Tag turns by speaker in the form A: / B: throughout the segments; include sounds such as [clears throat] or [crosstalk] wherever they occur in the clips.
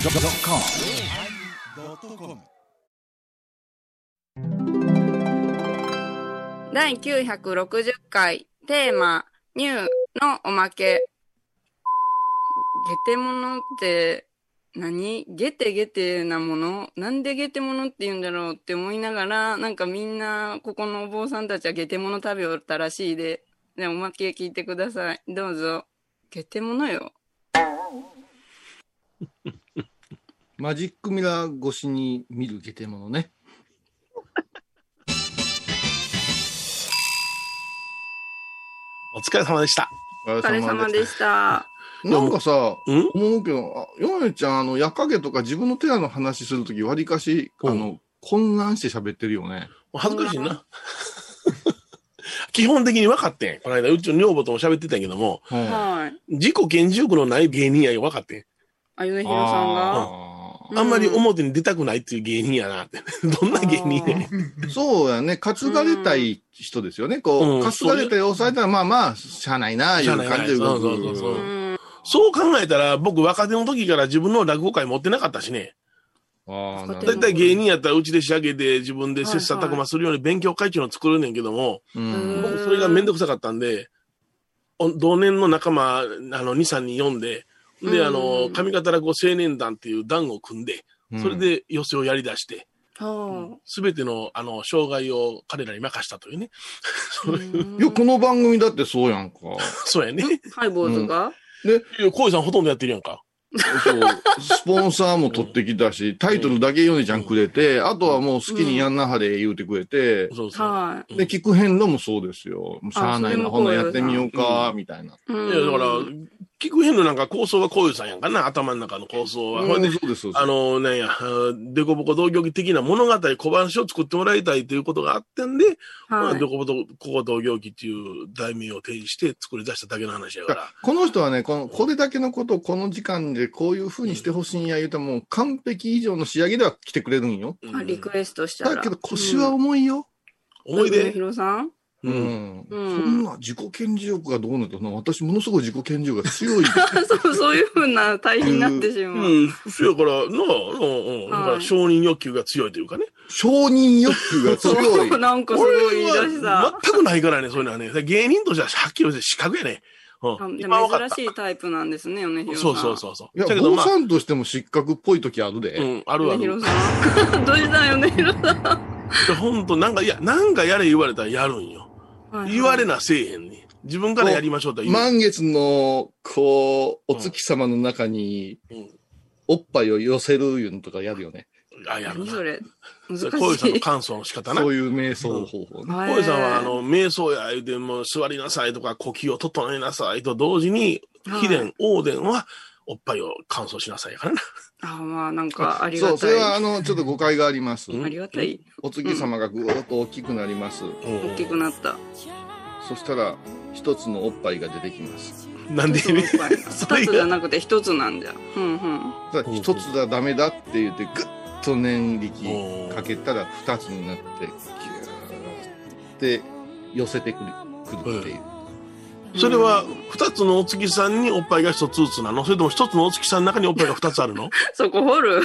A: YONNIRI.com
B: 第960回テーマ「ニューのおまけ」ゲテモノって何ゲテゲテなものなんでゲテモノって言うんだろうって思いながらなんかみんなここのお坊さんたちはゲテモノ食べおったらしいででおまけ聞いてくださいどうぞゲテモノよ
C: マジックミラー越しに見るゲテモノね。
D: お疲れ様でした。
C: お
B: お疲れ様でした
C: なんかさ、
D: ん
C: 思うけど、あヨネちゃん、あの、矢影とか自分の手話の話するとき、わりかし、
D: うん
C: あの、混乱して喋ってるよね。
D: お恥ずかしいな。 [laughs] 基本的に分かってん。この間、うちの女房とも喋ってたんやけども、
C: うん
B: はい
D: 自己顕示欲のない芸人やよ、分かってん。
B: あゆねひろさんが
C: あ
D: あんまり
B: うん
D: 表に出たくないっていう芸人やなって。 [laughs] どんな芸人やねん。
C: ーそうやね。担がれたい人ですよね。こ
D: うん
C: う、担がれたり抑えたら、まあまあ、しゃあないな、いう感じで動く。
D: しゃあないなそうそうそううんそう考えたら、僕若手の時から自分の落語会持ってなかったしね。
C: ああ、な
D: だ
C: る
D: い
C: ほ
D: た
C: ど
D: い芸人やったらうちで仕上げて自分で切磋琢磨するように勉強会っていうのを作るねんけども、
C: う
B: うん
C: ん。
D: 僕それがめんどくさかったんで、お同年の仲間、あの、2、3人呼んで、で、あ
B: う
D: の
B: ん、
D: 上方落語青年団っていう団を組んで、それで寄せをやり出して、
B: そ
D: すべての、あの、障害を彼らに任したというね。 [laughs]
B: う
C: うん。いや、
B: うん
C: この番組だってそうやんか。
D: そうやね。
B: ハイボーズが
D: [laughs] いや、コウイさんほとんどやってるやんか。
C: そう、スポンサーも取ってきたし、タイトルだけヨネちゃんくれて、あとはもう好きにやんなはれ言うてくれて、
D: そうそう。
B: は
C: で、聞く遍路もそうですよ。もうしゃあ
B: あ
C: ないな、
B: それも
C: ほんならや
B: こう
C: ってみようか、みたいな。
B: いうん
D: いや、だから、聞く変のなんか構想はコウイさんやんかな、頭の中の構想は。
C: う
D: ほいで
C: んそうです、そうで
D: あ
C: す。
D: の、なんや、でこぼこ同業的な物語、小話を作ってもらいたいということがあったんで、まあ、
B: はい
D: どこぼと、ここ同業記っていう題名を提示して作り出しただけの話やから。
C: この人はね、この、これだけのことをこの時間でこういう風にしてほしいんや言うたらもう完璧以上の仕上げでは来てくれるんよ。
B: あ
D: うん
B: リクエストしたら。
C: だけど腰は重いよ。
D: 思い出
B: ひ。ろさん [laughs]
C: う。
D: うんん。
C: そ
B: うん
C: んな自己顕示欲がどうなったの私ものすごい自己顕示欲が強 [laughs] い。
B: そう、そういうふうな対比になってしまう。
D: うん。そやから、なあ、なあうん。だか
B: は
D: ら
B: い
D: 承認欲求が強いというかね。
C: 承認欲求が強い
B: そう、。 [laughs] なんかす
D: 俺
B: ごい言い出し
D: は
B: た。
D: 全くないからね、そういうのはね。芸人としてははっきり言って資格やね。う
B: あ
D: ん。
B: で
D: 今
B: も
D: 分かっ
B: 珍しいタイプなんですね、米
D: た。
B: 広さ
D: そ
B: ん。
D: うそうそうそう。
C: いや、
D: だけど
C: 坊
D: まあ、
C: さんとしても失格っぽい時ある
D: う
C: で。
D: ん、あるあ
B: 米
D: る
B: 広。さん。どう [laughs] したよ、米広さ
D: 本当なんか、いや、なんかやれ言われたらやるんよ。
B: ん。
D: 言われ
B: な
D: なせえへんね。自分からやりましょうとは言う。
C: 満月の、こう、お月様の中に、
D: うん
C: おっぱいを寄せるいうのとかやるよね。
D: あ、やる
B: 何
D: な
B: そ。れ難しい。
D: 小遊さんの感想の仕方な。
C: そ
D: 小
C: ういう瞑想方法ね。
D: 遊さんは、あの、瞑想や言うて、もう座りなさいとか、呼吸を整えなさいと同時に、
B: はい
D: 秘伝、王伝は、おっぱいを乾燥しなさいやからな。
B: あ、まあ、なんか、あり
C: そ
B: が
C: う、それは
B: たい。
C: あの、ちょっと誤解があります。
D: うん
B: ありがたい。
C: お月様がぐーっと大きくなります。
B: 大きくなった。
C: そしたら、一つのおっぱいが出てきます。
D: なんで
B: 一つのおっぱいが
D: [laughs] それ
B: 二つじゃなくて一つなんじゃ。うんうん。
C: ただ一つだダメだって言って、ぐっと念力かけたら、二つになって、ギューって寄せてくる、くるっていう。
D: それは、二つのお月さんにおっぱいが一つずつなのそれとも一つのお月さんの中におっぱいが二つあるの
B: そこ掘る。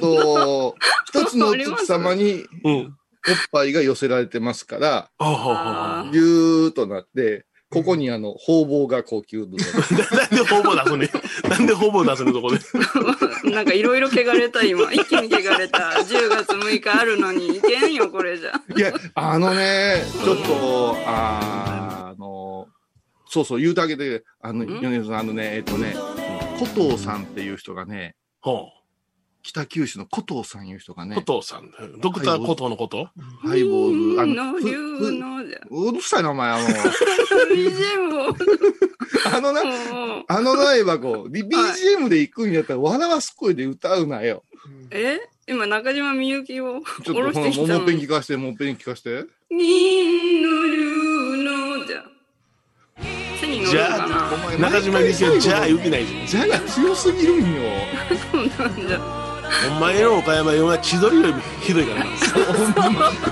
C: と、一つのお月様に
D: うん。
C: おっぱいが寄せられてますから、
D: ああ、ほうほう
B: あ
C: ぎゅーっとなって、ここにあの、方々がこう、キューブ
D: ほう [laughs] なんでほぼ出すね。なんでほぼ出すね、そこで。
B: [laughs] なんかいろいろ汚れた
C: [laughs]
B: 今。一気に汚れた。10月6日あるのにいけんよ、これじゃ。
C: いや、あのね、ちょっと、あーあの、そうそう、言うてあげて、あの、
B: ん
C: 米津さん、あのね、えっとね、古藤さんっていう人がね、
D: ほ
C: 北九州の古藤さんいう人が
D: う。
C: ね、
D: コトさん。ドクターコトーのこと
C: ハイボール、あ
B: の、
C: の、ふ
B: ゆ
C: ふ
B: うのじゃ。
C: うるさいな、お前、あの、
B: BGM を。
C: あのな、
B: もう
C: あの台箱、で BGM で行くんやったら、笑わす声で歌うなよ。
B: え今中島みゆきを
C: ち
B: 下
C: ょっと
B: ろ
C: こ
B: してき
C: の、もう
B: たの
C: もっぺん
B: に。
C: 聞かして、もうぺん聞かして。
B: 銀の竜のじゃ。背に乗るか
C: お
B: な
C: 前
D: 中島みゆきは、じゃあ言うてないじゃん。
C: じゃが強すぎるんよ。
B: そう [laughs] なんじゃ。
D: お前の岡山は千鳥よりひどいからな。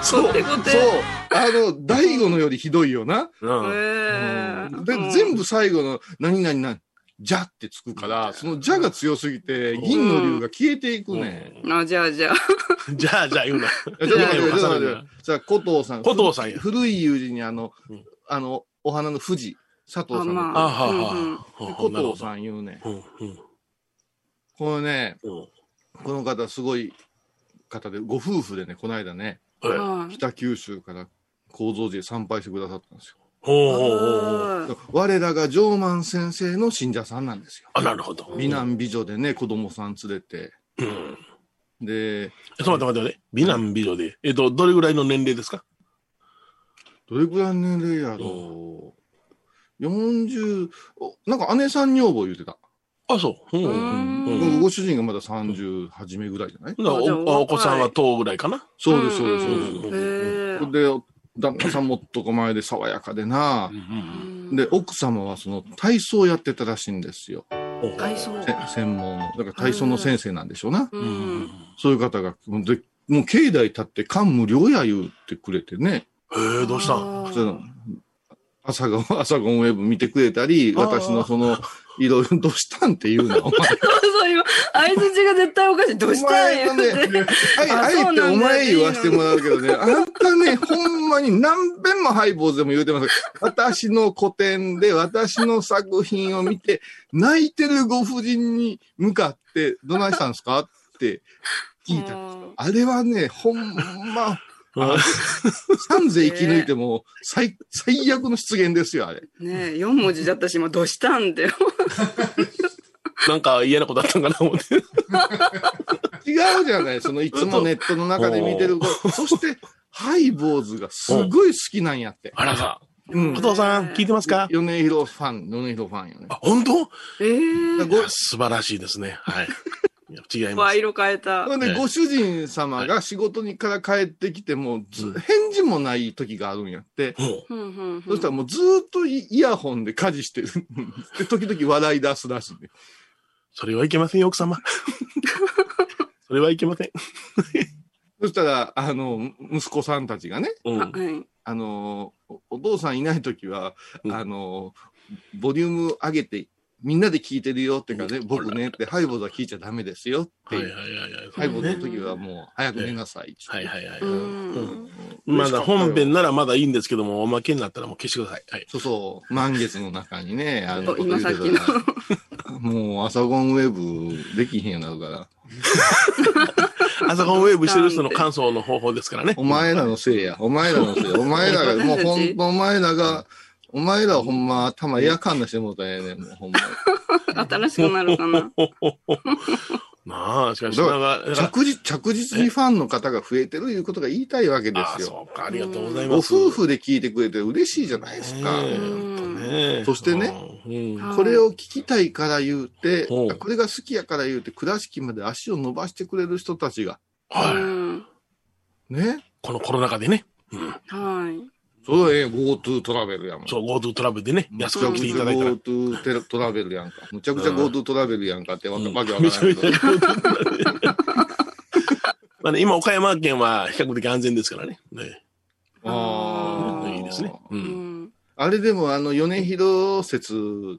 C: そう、そう
B: こてこて。
C: あの、第五のよりひどいよな。
D: うん
B: えー
C: で、全部最後の、何々な、じゃってつくから、そのじゃが強すぎて、銀の竜が消えていくね。
B: あ、じゃあじゃあ。
D: [laughs] じゃあ、じゃあ言うな。
C: ちょっと待ってください、ちょっと待ってください。さあ、古藤さん。
D: 古藤さんや
C: 古い友人にあの
D: うん、
C: あの、お花の富士、佐藤さん
B: あ
C: の。
B: ま
D: あはは
B: うんうん
D: は
C: 古
D: なるほ
C: 藤
D: ど
C: さん言うね。
D: うんうん
C: これね、
D: うん
C: この方すごい方で、ご夫婦でね、この間ね、
D: はい
B: はい
C: 北九州から構造寺へ参拝してくださったんですよ。
D: ほうほうほうほう。
C: 我らが上満先生の信者さんなんですよ。
D: あ、なるほど。
C: 美男美女でね、子供さん連れて。
D: うん。
C: で、
D: えちょっと待って待って待って。美男美女で。えっと、どれぐらいの年齢ですか
C: どれくらいの年齢やろう。40、おなんか姉さん女房言うてた。
D: あ、そう。うんう
B: うー
D: ん
B: ん
D: う
C: 僕
D: ん。
C: ご主人がまだ30初めぐらいじゃない
D: ほな
B: あじゃあ
D: おお
B: お若い
D: 子さんは等ぐらいかな。
C: そうです、そうです、
B: ん
C: そ
B: ん
C: うです。
B: へえ。
C: で、旦那さんも男前で爽やかでな。
B: うん
C: で、、奥様はその体操やってたらしいんですよ。
D: ほうほう
B: 外装。
C: せ専門の。だから体操の先生なんでしょうな。
B: う
D: うんうん
B: ん。
C: そういう方が、でもう境内立って感無量や言うてくれてね。
D: うんへえ、どうしたん
B: あー
C: その朝ご、 [laughs] 朝ごんウェブ見てくれたり、私の
B: [laughs]
C: その、いろいろどうしたんって言うな、お前。
B: そう今、相づちが絶対おかしい。どうしたん
C: お前
B: よ。
C: のね、あ
B: あ
C: あえ
B: そうなん
C: て
B: だ
C: お前言わせてもらうけどね、あんたね、ほんまに何遍もハイボーズでも言うてますけど私の個展で私の作品を見て、泣いてるご婦人に向かって、どないしたんですかって聞いた。
B: うん
C: あれはね、ほんま、
D: あ
C: 三世生き抜いても最、最悪の出現ですよ、あれ。
B: ねえ、4文字だったし、今、どうしたんだ [laughs] よ。
D: [laughs] なんか嫌なことあったんかな思って。
C: 違うじゃない、そのいつもネットの中で見てる子。そして、ハイボーズがすごい好きなんやって。
D: [laughs] あらさ、
C: うん
D: お。父さん、聞いてますか
C: 米広ファン、米広ファンよね。
D: あ、本当
B: ええー。
C: ご
D: いや素晴らしいですね。 [laughs] はい。いや違いま
B: わ、
D: す。
B: 色変えた
C: ほ。ん
D: え
C: で、
D: え
C: ご主人様が仕事にから帰ってきても、ず返事もない時があるんやって。
D: ほう
B: うんうんうん
C: そしたらもうずーっとイイヤホンで家事してる。で、時々笑い出すらしいね。
D: それはいけませんよ、奥 [laughs] 様。それはいけません。
C: そしたら、あの、息子さんたちがね、
D: うん。
B: あはい。
C: あの、おお父さんいない時は、
D: うん
C: あの、ボリューム上げて、みんなで聞いてるよってからね、
D: うん
C: 僕ねって、ハイボーズは聞いちゃダメですよって
D: はい
C: いう。
D: はいはいはい。
C: ハイボーズ
D: ね
C: の時はもう、早く寝なさいって。
D: はいはいはい。
B: う
D: うん
B: ん。
D: まだ本編ならまだいいんですけども、おまけになったらもう消してください。はい。
C: そうそう、満月の中にね、あの
B: お今さっきの。
C: もう、アサゴンウェブできへんようになるから、
D: 朝コンウェーブしてる人の感想の方法ですからね。
C: お前らのせいや、お前らのせいや、お前らが、もうほんと、お前らが、お前らほんま頭エアカン出してもうたらええねん、もうほんま。
B: 新しくなるかな。
D: なあ、しかし、なんか、だから
C: 着実、着実にファンの方が増えてるいうことが言いたいわけで
D: ああ、
C: すよ。
D: そうか、ありがとうござい
C: ご
D: ます。
C: 夫婦で聞いてくれて嬉しいじゃないですか。
D: ねえ
B: うん
D: 本当ね
C: そしてね、
D: うん
B: はい
C: これを聞きたいから言うて、
D: ほう
C: これが好きやから言うて、倉敷まで足を伸ばしてくれる人たちが、
B: う
D: はい。
B: ん。
C: ね。
D: このコロナ禍でね、うん
B: はい。
C: そうええ、GoTo トラベルやもん。
D: そう、GoTo トラベルでね、安く来ていただいたら。
C: GoTo テラトラベルやんか。むちゃくちゃ
D: うん
C: GoTo トラベルやんかってわけわけわ
D: め
C: か
D: ちゃめ
C: ら
D: ちゃ
C: ない。
D: GoTo トラベル。まあね、今、岡山県は比較的安全ですからね。ね
B: あー
D: いいですね。う。
B: うんん。
C: あれでもあの、米広説、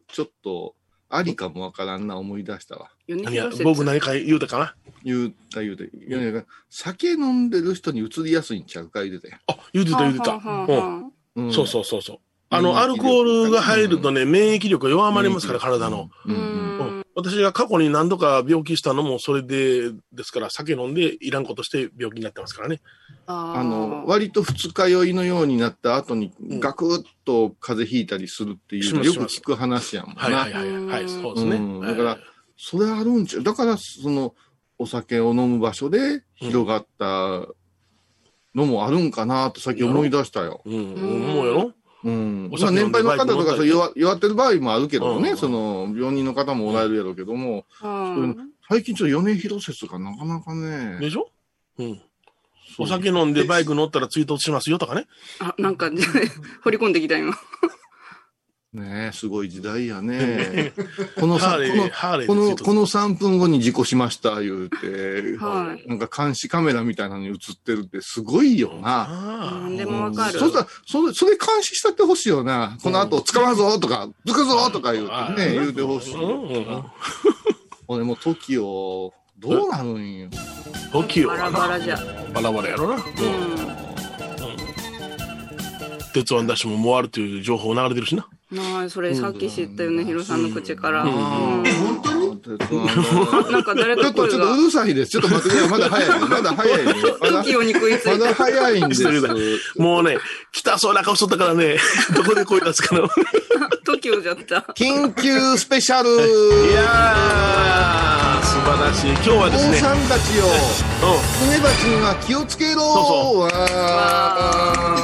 C: ちょっと、ありかもわからんな思い出したわ。
B: 米
D: 何や
B: 広、説
D: 僕何か言うたかな
C: 言うた言うて、米広が酒飲んでる人に移りやすいんちゃうか言うてたやん
D: あ、言うてた言うてた。
B: はあはあ
D: うん
B: はあ
C: ん
D: そうそうそうそう。あの、アルコールが入るとね、免疫力が弱まりますから、体の。。
C: うんうん
B: うん
D: うん私が過去に何度か病気したのもそれで、ですから、酒飲んでいらんことして病気になってますからね。
B: あー
C: あの、割と二日酔いのようになった後に、ガクッと風邪ひいたりするっていうの、
D: しま
C: よく聞
D: す
C: く話やもんな。
D: はいはいはい。はい、そうです
C: うん
D: ね。
C: だから
D: はい
C: それあるんちゃうだから、その、お酒を飲む場所で広がったのもあるんかなと、さっき思い出したよ。
D: うん、思うやろ
C: うん。
D: お
C: まあ、
D: 酒飲
C: 年
D: んで
C: 配の方と
D: バイ
C: か、
D: ク
C: そう弱弱ってる場合もあるけど
D: う
C: ね、
D: ん
C: その、病人の方もおられるやろうけども、
B: うん
C: 最近ちょっと米広説がなかなかね、
D: でしょうん。
C: そう
D: お酒飲んで
B: [laughs]
D: バイク乗ったら追突しますよとかね。
B: あ、なんか、掘り込んできた今。
C: ねえ、すごい時代やね。この
D: [laughs] ハ
C: さ、
D: ー
C: こ
D: レ
C: の
D: ー、、ハーレー
C: こ
D: で
C: の、
D: ついて
C: この3分後に事故しました、言うて、
B: はい
C: なんか監視カメラみたいなのに映ってるってすごいよな。
D: ああ
B: 何でもわかる
C: そしたら、それ、それ監視したってほしいよな。この後、捕まるぞとか、つくぞとか言うてね、言うてほしい
D: うんうんう
C: よ
D: ん
C: な。俺も TOKIO、どうなるんよ。
D: TOKIO
B: バ
D: は
B: ラ
D: な
B: バラじゃ。
D: バラバラやろな
B: う。
D: 鉄腕ダッシュももうあるという情報流れてるしなん
B: まあ、それさっき知ったよね、ヒロさんの口から。
D: う
B: うんん。
C: 本当に
B: なんか誰
C: ちょ
B: か
C: っと、
B: 声
C: ちょっとう
B: が、
C: るさいです。ちょっと待ってください。まだ早い。まだ早い。まだ
B: TOKIO に食いつ
C: ま
B: い
C: だ
B: た。
C: 早いんです。
D: もうね来たそうな顔しとったからね [laughs] どこで声出すかな
B: TOKIO じゃった。
C: 緊急スペシャル
D: いやー素晴らしい今日は
C: お
D: で
C: 父
D: すね
C: さんたちよ、
D: うん
C: スネバチには気をつけろ
D: そ
C: わー
B: あ、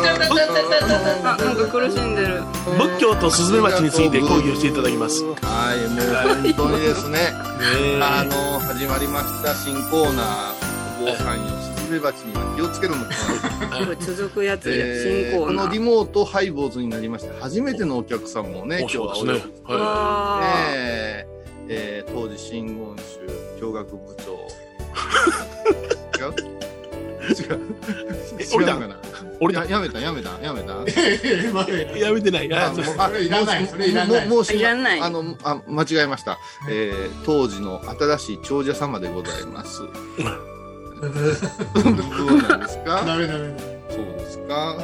B: なんか苦しんでる。
D: 仏教とスズメバチについて講義をしていただきます。ね
C: はい、もう本当にですね、
D: え
C: あの、始まりました新コーナー、お坊さんよ、スズメバチには気をつけろのコーナー
B: これ続くやつや、
C: え
B: 新
C: ー
B: コー
C: こ
B: ナ
C: のリ
B: ー。
C: モートハイボーズになりまして、初めてのお客さんもね、
D: 面
C: 今日
D: 白
C: はお
D: い
C: 呼
D: で
C: び
D: すね。は
B: わ
C: えーえー当時真言宗教学部
A: [laughs]
C: 長違う違う
D: え
C: 違
D: 降
C: う
D: りた
C: かな
D: 降り
C: ややめたやめたやめた
D: い。やめてない。あそう
C: あ
A: それいらない
C: もう
A: それいらない
C: もうもうし
B: いらない
C: あのあ間違えました、えー当時の新しい長者様でございます
A: [laughs]
C: どうなんですか
A: ダメダメダメ。
C: そうですか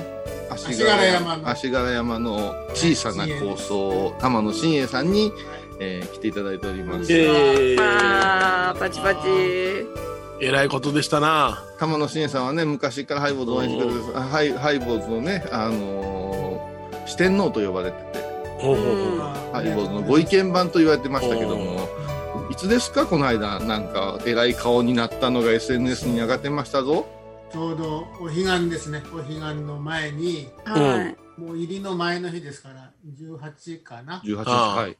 C: 足
A: 足柄山の
C: 足柄山の小さな構想玉野真栄さんに、えー来ていただいております、
B: ー。
D: えー
B: あー、パチパチ。
D: えらいことでしたな。
C: 玉野真さんはね昔からハイボーズを応援してくれてるハイハイボーズのね、あのー四天王と呼ばれてて
D: ほうほうほう
C: ハイボーズのご意見番と言われてましたけど
D: お
C: もいつですかこの間なんか偉い顔になったのが SNS に上がってましたぞ
A: ちょうどお彼岸ですね。お彼岸の前に、
B: はい。
A: もう入りの前の日ですから、18かな。
C: 18日
D: ああ
C: はい、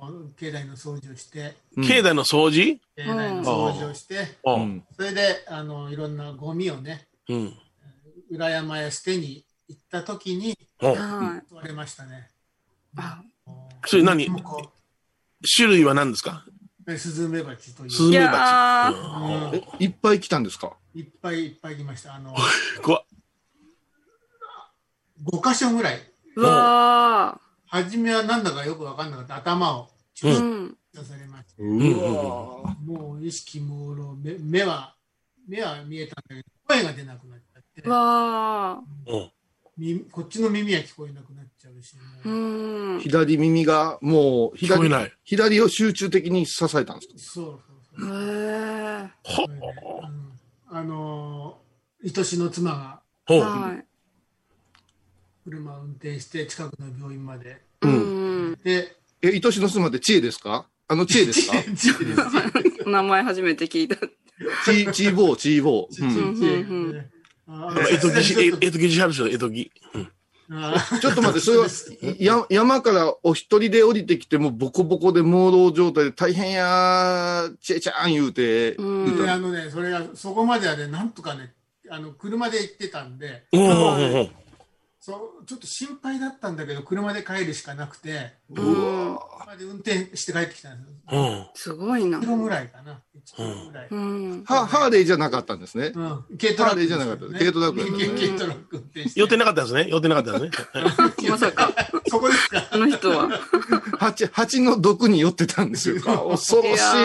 A: あの境内の掃除をして、
C: うん
D: 境内の掃除
A: 境内の掃除をして、
D: う。
C: うんん
A: それであのいろんなゴミをね、
D: うん。
A: 裏山へ捨てに行った時に
D: うん
B: はい。
A: 取れましたね。
B: あ
D: それ何
A: もうこ
D: 種類は何ですか
A: うスズメバチという。
D: スズ
B: い
D: メ
B: や
D: バ
B: ー、
A: うん
C: えいっぱい来たんですか
A: いっぱいいっぱい来ました。あの
D: チ。怖っ
A: 5箇所ぐらい。
B: うわ
A: 初めはなんだかよく分かんなかった。頭を
B: ー。
D: う
B: うん。
A: 出されました。
C: うわ
A: もう意識朦朧目目は目は見えたんだけど声が出なくなっちゃって
B: わ
D: うん
A: 耳こっちの耳は聞こえなくなっちゃうし、
B: ー。う。
A: もうん
C: 左耳がもう
D: 聞こ
C: 左
D: えない。
C: 左を集中的に支えたんですか
A: そうそう
B: へ
A: そう、
B: ー。
D: ほ
A: それでうんあのー愛しの妻が
D: ほう。
B: はい。
A: 車を運転して近くの病院まで
B: うん。
A: で
C: え愛しの妻って知恵ですかあの知恵
A: [laughs]
C: ですか
A: ちちです
B: 名前初めて聞いた。
C: チーチーボーチーボー、
A: ち
C: うん
B: ん
A: ち
B: うん
A: ねあ
D: 江戸木し、え
A: ちょっと
D: 江戸木しはるでしょ、江戸木。
A: あ
C: ちょっと待って、それは、や、山からお一人で降りてきて、もうボコボコで朦朧状態で大変やー、ちえちゃーん言うて、
B: うん
C: 言う
A: で
C: た
A: あのねそれがそこまではねなんとかねあの車で行ってたんで
D: うんうんうん
A: そうちょっと心配だったんだけど車で帰るしかなくて
B: うん。
A: 車で運転して帰ってきたんですよ。
D: うん。うん。
B: すごいな
A: 1キ。ロぐらいかな。1キロぐらい。
B: うん。
C: はハーレーじゃなかったんですね。
A: うん。軽トラックですよね、
C: ハーレーじゃなかった軽トラックだったね
A: 軽トラック運転して。
D: 寄ってなかったですね。寄ってなかったですね。
A: [laughs]
B: まさか、
A: そこですか。
B: あの人は。
C: 蜂、蜂の毒に酔ってたんですよ。あ恐ろし
B: い
C: い。
B: やー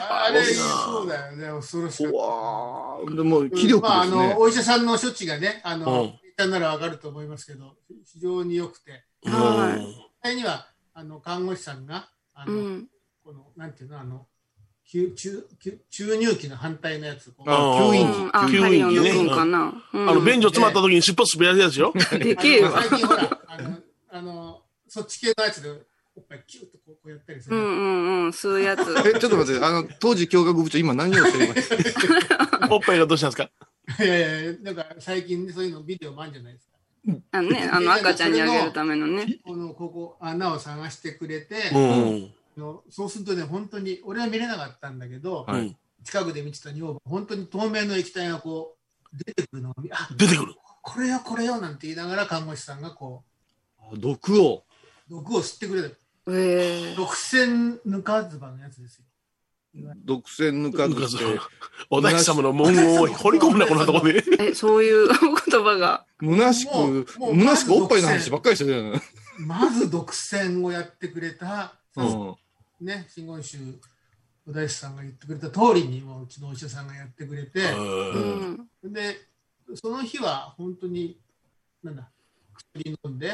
A: あれ、そうだよね。恐ろしかった
C: 怖ー。でも、気
A: うん
C: 力
A: ま
C: で
A: あ、あ
C: す
A: の、
C: ね。
A: お医者さんの処置がね、あ
D: う
A: の
D: ん、
A: 一旦ならわかると思いますけど、非常に良くて。
D: うん
B: は
A: 実際には、あの、看護師さんが、あ
B: う
A: の、
B: ん。
A: この、なんていうの、あの、吸注吸注入器の反対のやつ、こう
D: あ
C: 吸
B: う
C: 引
B: ん、あ、
C: 器、
B: ハ
C: 吸
B: リ
C: 引
B: オン
C: 器
B: の
C: ね。
B: 分かな。うん
D: あの、便所詰まった時に尻尾すべられるやつよ。
B: でけえわ。
A: 最近ほら、あの、あのそっち系のやつで、おっぱいキュッとこうこうやったりす
B: う
A: る。
B: ん
A: [laughs]
B: うんうん、吸うやつ。
C: え、ちょっと待って、あの、当時教学部長、今何をしています
D: おっぱいがどうしたんですか
A: いやいや、なんか最近ね、そういうのビデオもあるんじゃないですか。
B: あのね、あの赤ちゃんにあげるためのね。
A: この、ここ、穴を探してくれて、
D: うん。
A: あのそうするとね、本当に、俺は見れなかったんだけど、
C: はい
D: うん
A: 近くで見てた女房、本当に透明の液体がこう、出てくるのを見、あ
D: 出てくる。
A: これよ、これよ、なんて言いながら、看護師さんがこ
C: 毒を。
A: う、毒を吸ってくれた。
B: ええ
A: 独占ぬかずばのやつですよ。
C: 独占ぬかずって、
D: お大師様の文言を掘り込むな、こんなとこで。
B: え、そういう [laughs] 言葉が。
C: 虚し
A: も
C: く
A: う、もう
C: 虚しくおっぱいの話ばっかりしてるじゃない。
A: まず独占をやってくれた、
C: うん。
A: ね、真言宗、お大師さんが言ってくれた通りに、もううちのお医者さんがやってくれて、
B: う
D: うん
B: ん。
A: で、その日は本当に、なんだ、薬飲んで、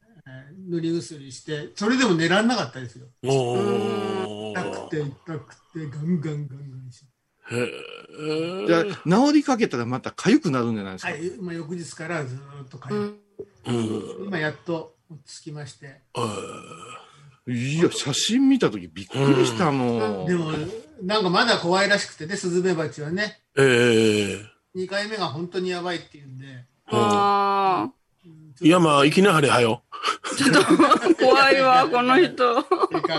A: えー塗り薬して、それでも寝らんなかったですよ。
D: お
A: 痛く
D: ー
A: て痛くて、ガンガンガンガンして。
D: へー
C: じゃあ治りかけたらまた痒くなるんじゃないです
A: は
C: か。
A: い、まあ、翌日からずーっと
B: う
A: 通って
B: ん。
D: うん
A: 今やっと落ち着きまして。
C: いや、写真見たときびっくりしたもん。
A: でも、なんかまだ怖いらしくてね、スズメバチはね、
D: ええ。
A: 2回目が本当にやばいっていうんで、
B: あ
A: うん
D: いや、まあ、いきなはれはよ。
B: あ、ちょっと怖いわ、この人。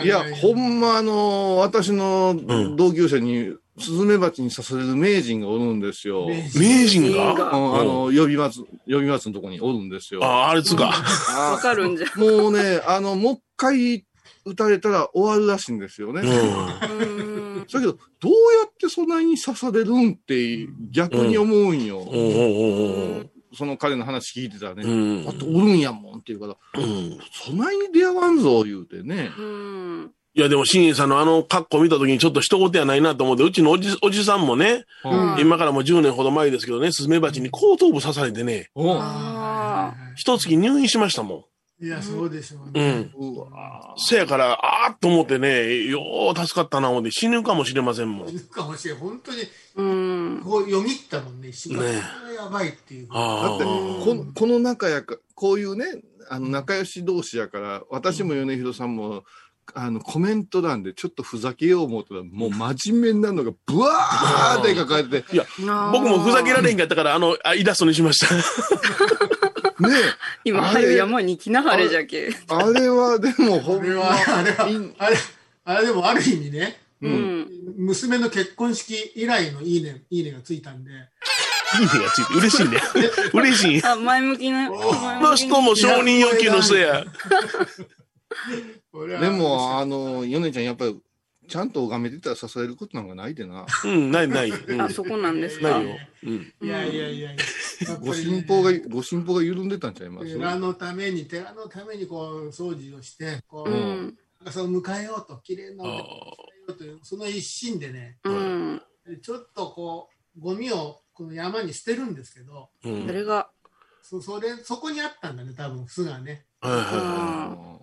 C: いや、ほんまあの、私の
D: ん
C: 同級生に、スズメバチに刺される名人がおるんですよ。うん
D: 名人が
C: あの、呼び松、呼び松のとこにおるんですよ。
D: あ、あれつか。
C: あ
B: わかるんじゃ。
C: もうね、あの、もう一回撃たれたら終わるらしいんですよね。
D: うん。
B: うーん。
C: だけど、どうやってそんなに刺されるんって逆に思うんよ。
D: おーおーおー
C: その彼の話聞いてたらね。
D: う
C: だ
D: ん
C: っておるんやもんっていうから、
D: うん。
C: そないに出会わんぞ言うてね。
B: うん。
D: いや、でも、新栄さんのあの格好見たときに、ちょっと一言やないなと思って、うちのおじ、おじさんもね、
B: うん
D: 今からもう10年ほど前ですけどね、スズメバチに後頭部刺されてね、
C: おう
B: あ
D: 一月入院しましたも。
A: いや、そうでしょうん
D: う
A: ね。
D: ん。
C: うわ
D: せやから、あーっと思ってね、よう助かったな思って、死ぬかもしれませんもん。
A: 死
D: ね
A: ぬかもしれん本当に
B: うん。
A: こう読み入ったもんね、一瞬
D: え。
A: やばいっていう。
D: あ
C: だって
D: ー
C: この、この仲やか、こういうね、あの、仲良し同士やから、私も米広さんも、あの、コメント欄でちょっとふざけよう思ったら、もう真面目になるのが、ブワーって書かれてて、
D: 僕もふざけら
B: れ。
D: れんかったから、あの、あイラストにしました。
C: ね
B: 今、
C: あ
B: は
C: れ
B: る山に来なはれじゃけ。
C: あれはでもほ
A: あ
C: ん
A: れ
C: ま
A: は、、あれは
C: みん、
A: あれ、あれでもある意味ね、
C: う。
B: うんん。
A: 娘の結婚式以来のいいね、いいねがついたんで、
D: いいねがついて、嬉しいね。 [laughs] 嬉しい。
B: あ、前向きな。
D: こ
B: こ
D: の人も承認欲求の人や。
A: で
C: でも、、あの、ヨネちゃん、やっぱり、ちゃんと拝めてたら支えることなんかないでな。
D: うん、ないない。うん
B: あ、そこなんです
D: な
B: か
D: い。よ。うん。
A: いやいやいやいや、やっぱりね
C: ご神宝が、ご神宝が緩んでたんちゃいます
A: 寺のために、寺のためにこう掃除をして、こう、
B: う
A: なん
B: ん。
A: かその迎えようと、綺麗なお
D: あ
A: 迎えようという、その一心でね、
B: うん。
A: ちょっとこう、ゴミをこの山に捨てるんですけど、
D: ーうん。
B: そ
D: はい
B: れが、
A: そそれそこにあったんだね、多分巣がね。
D: は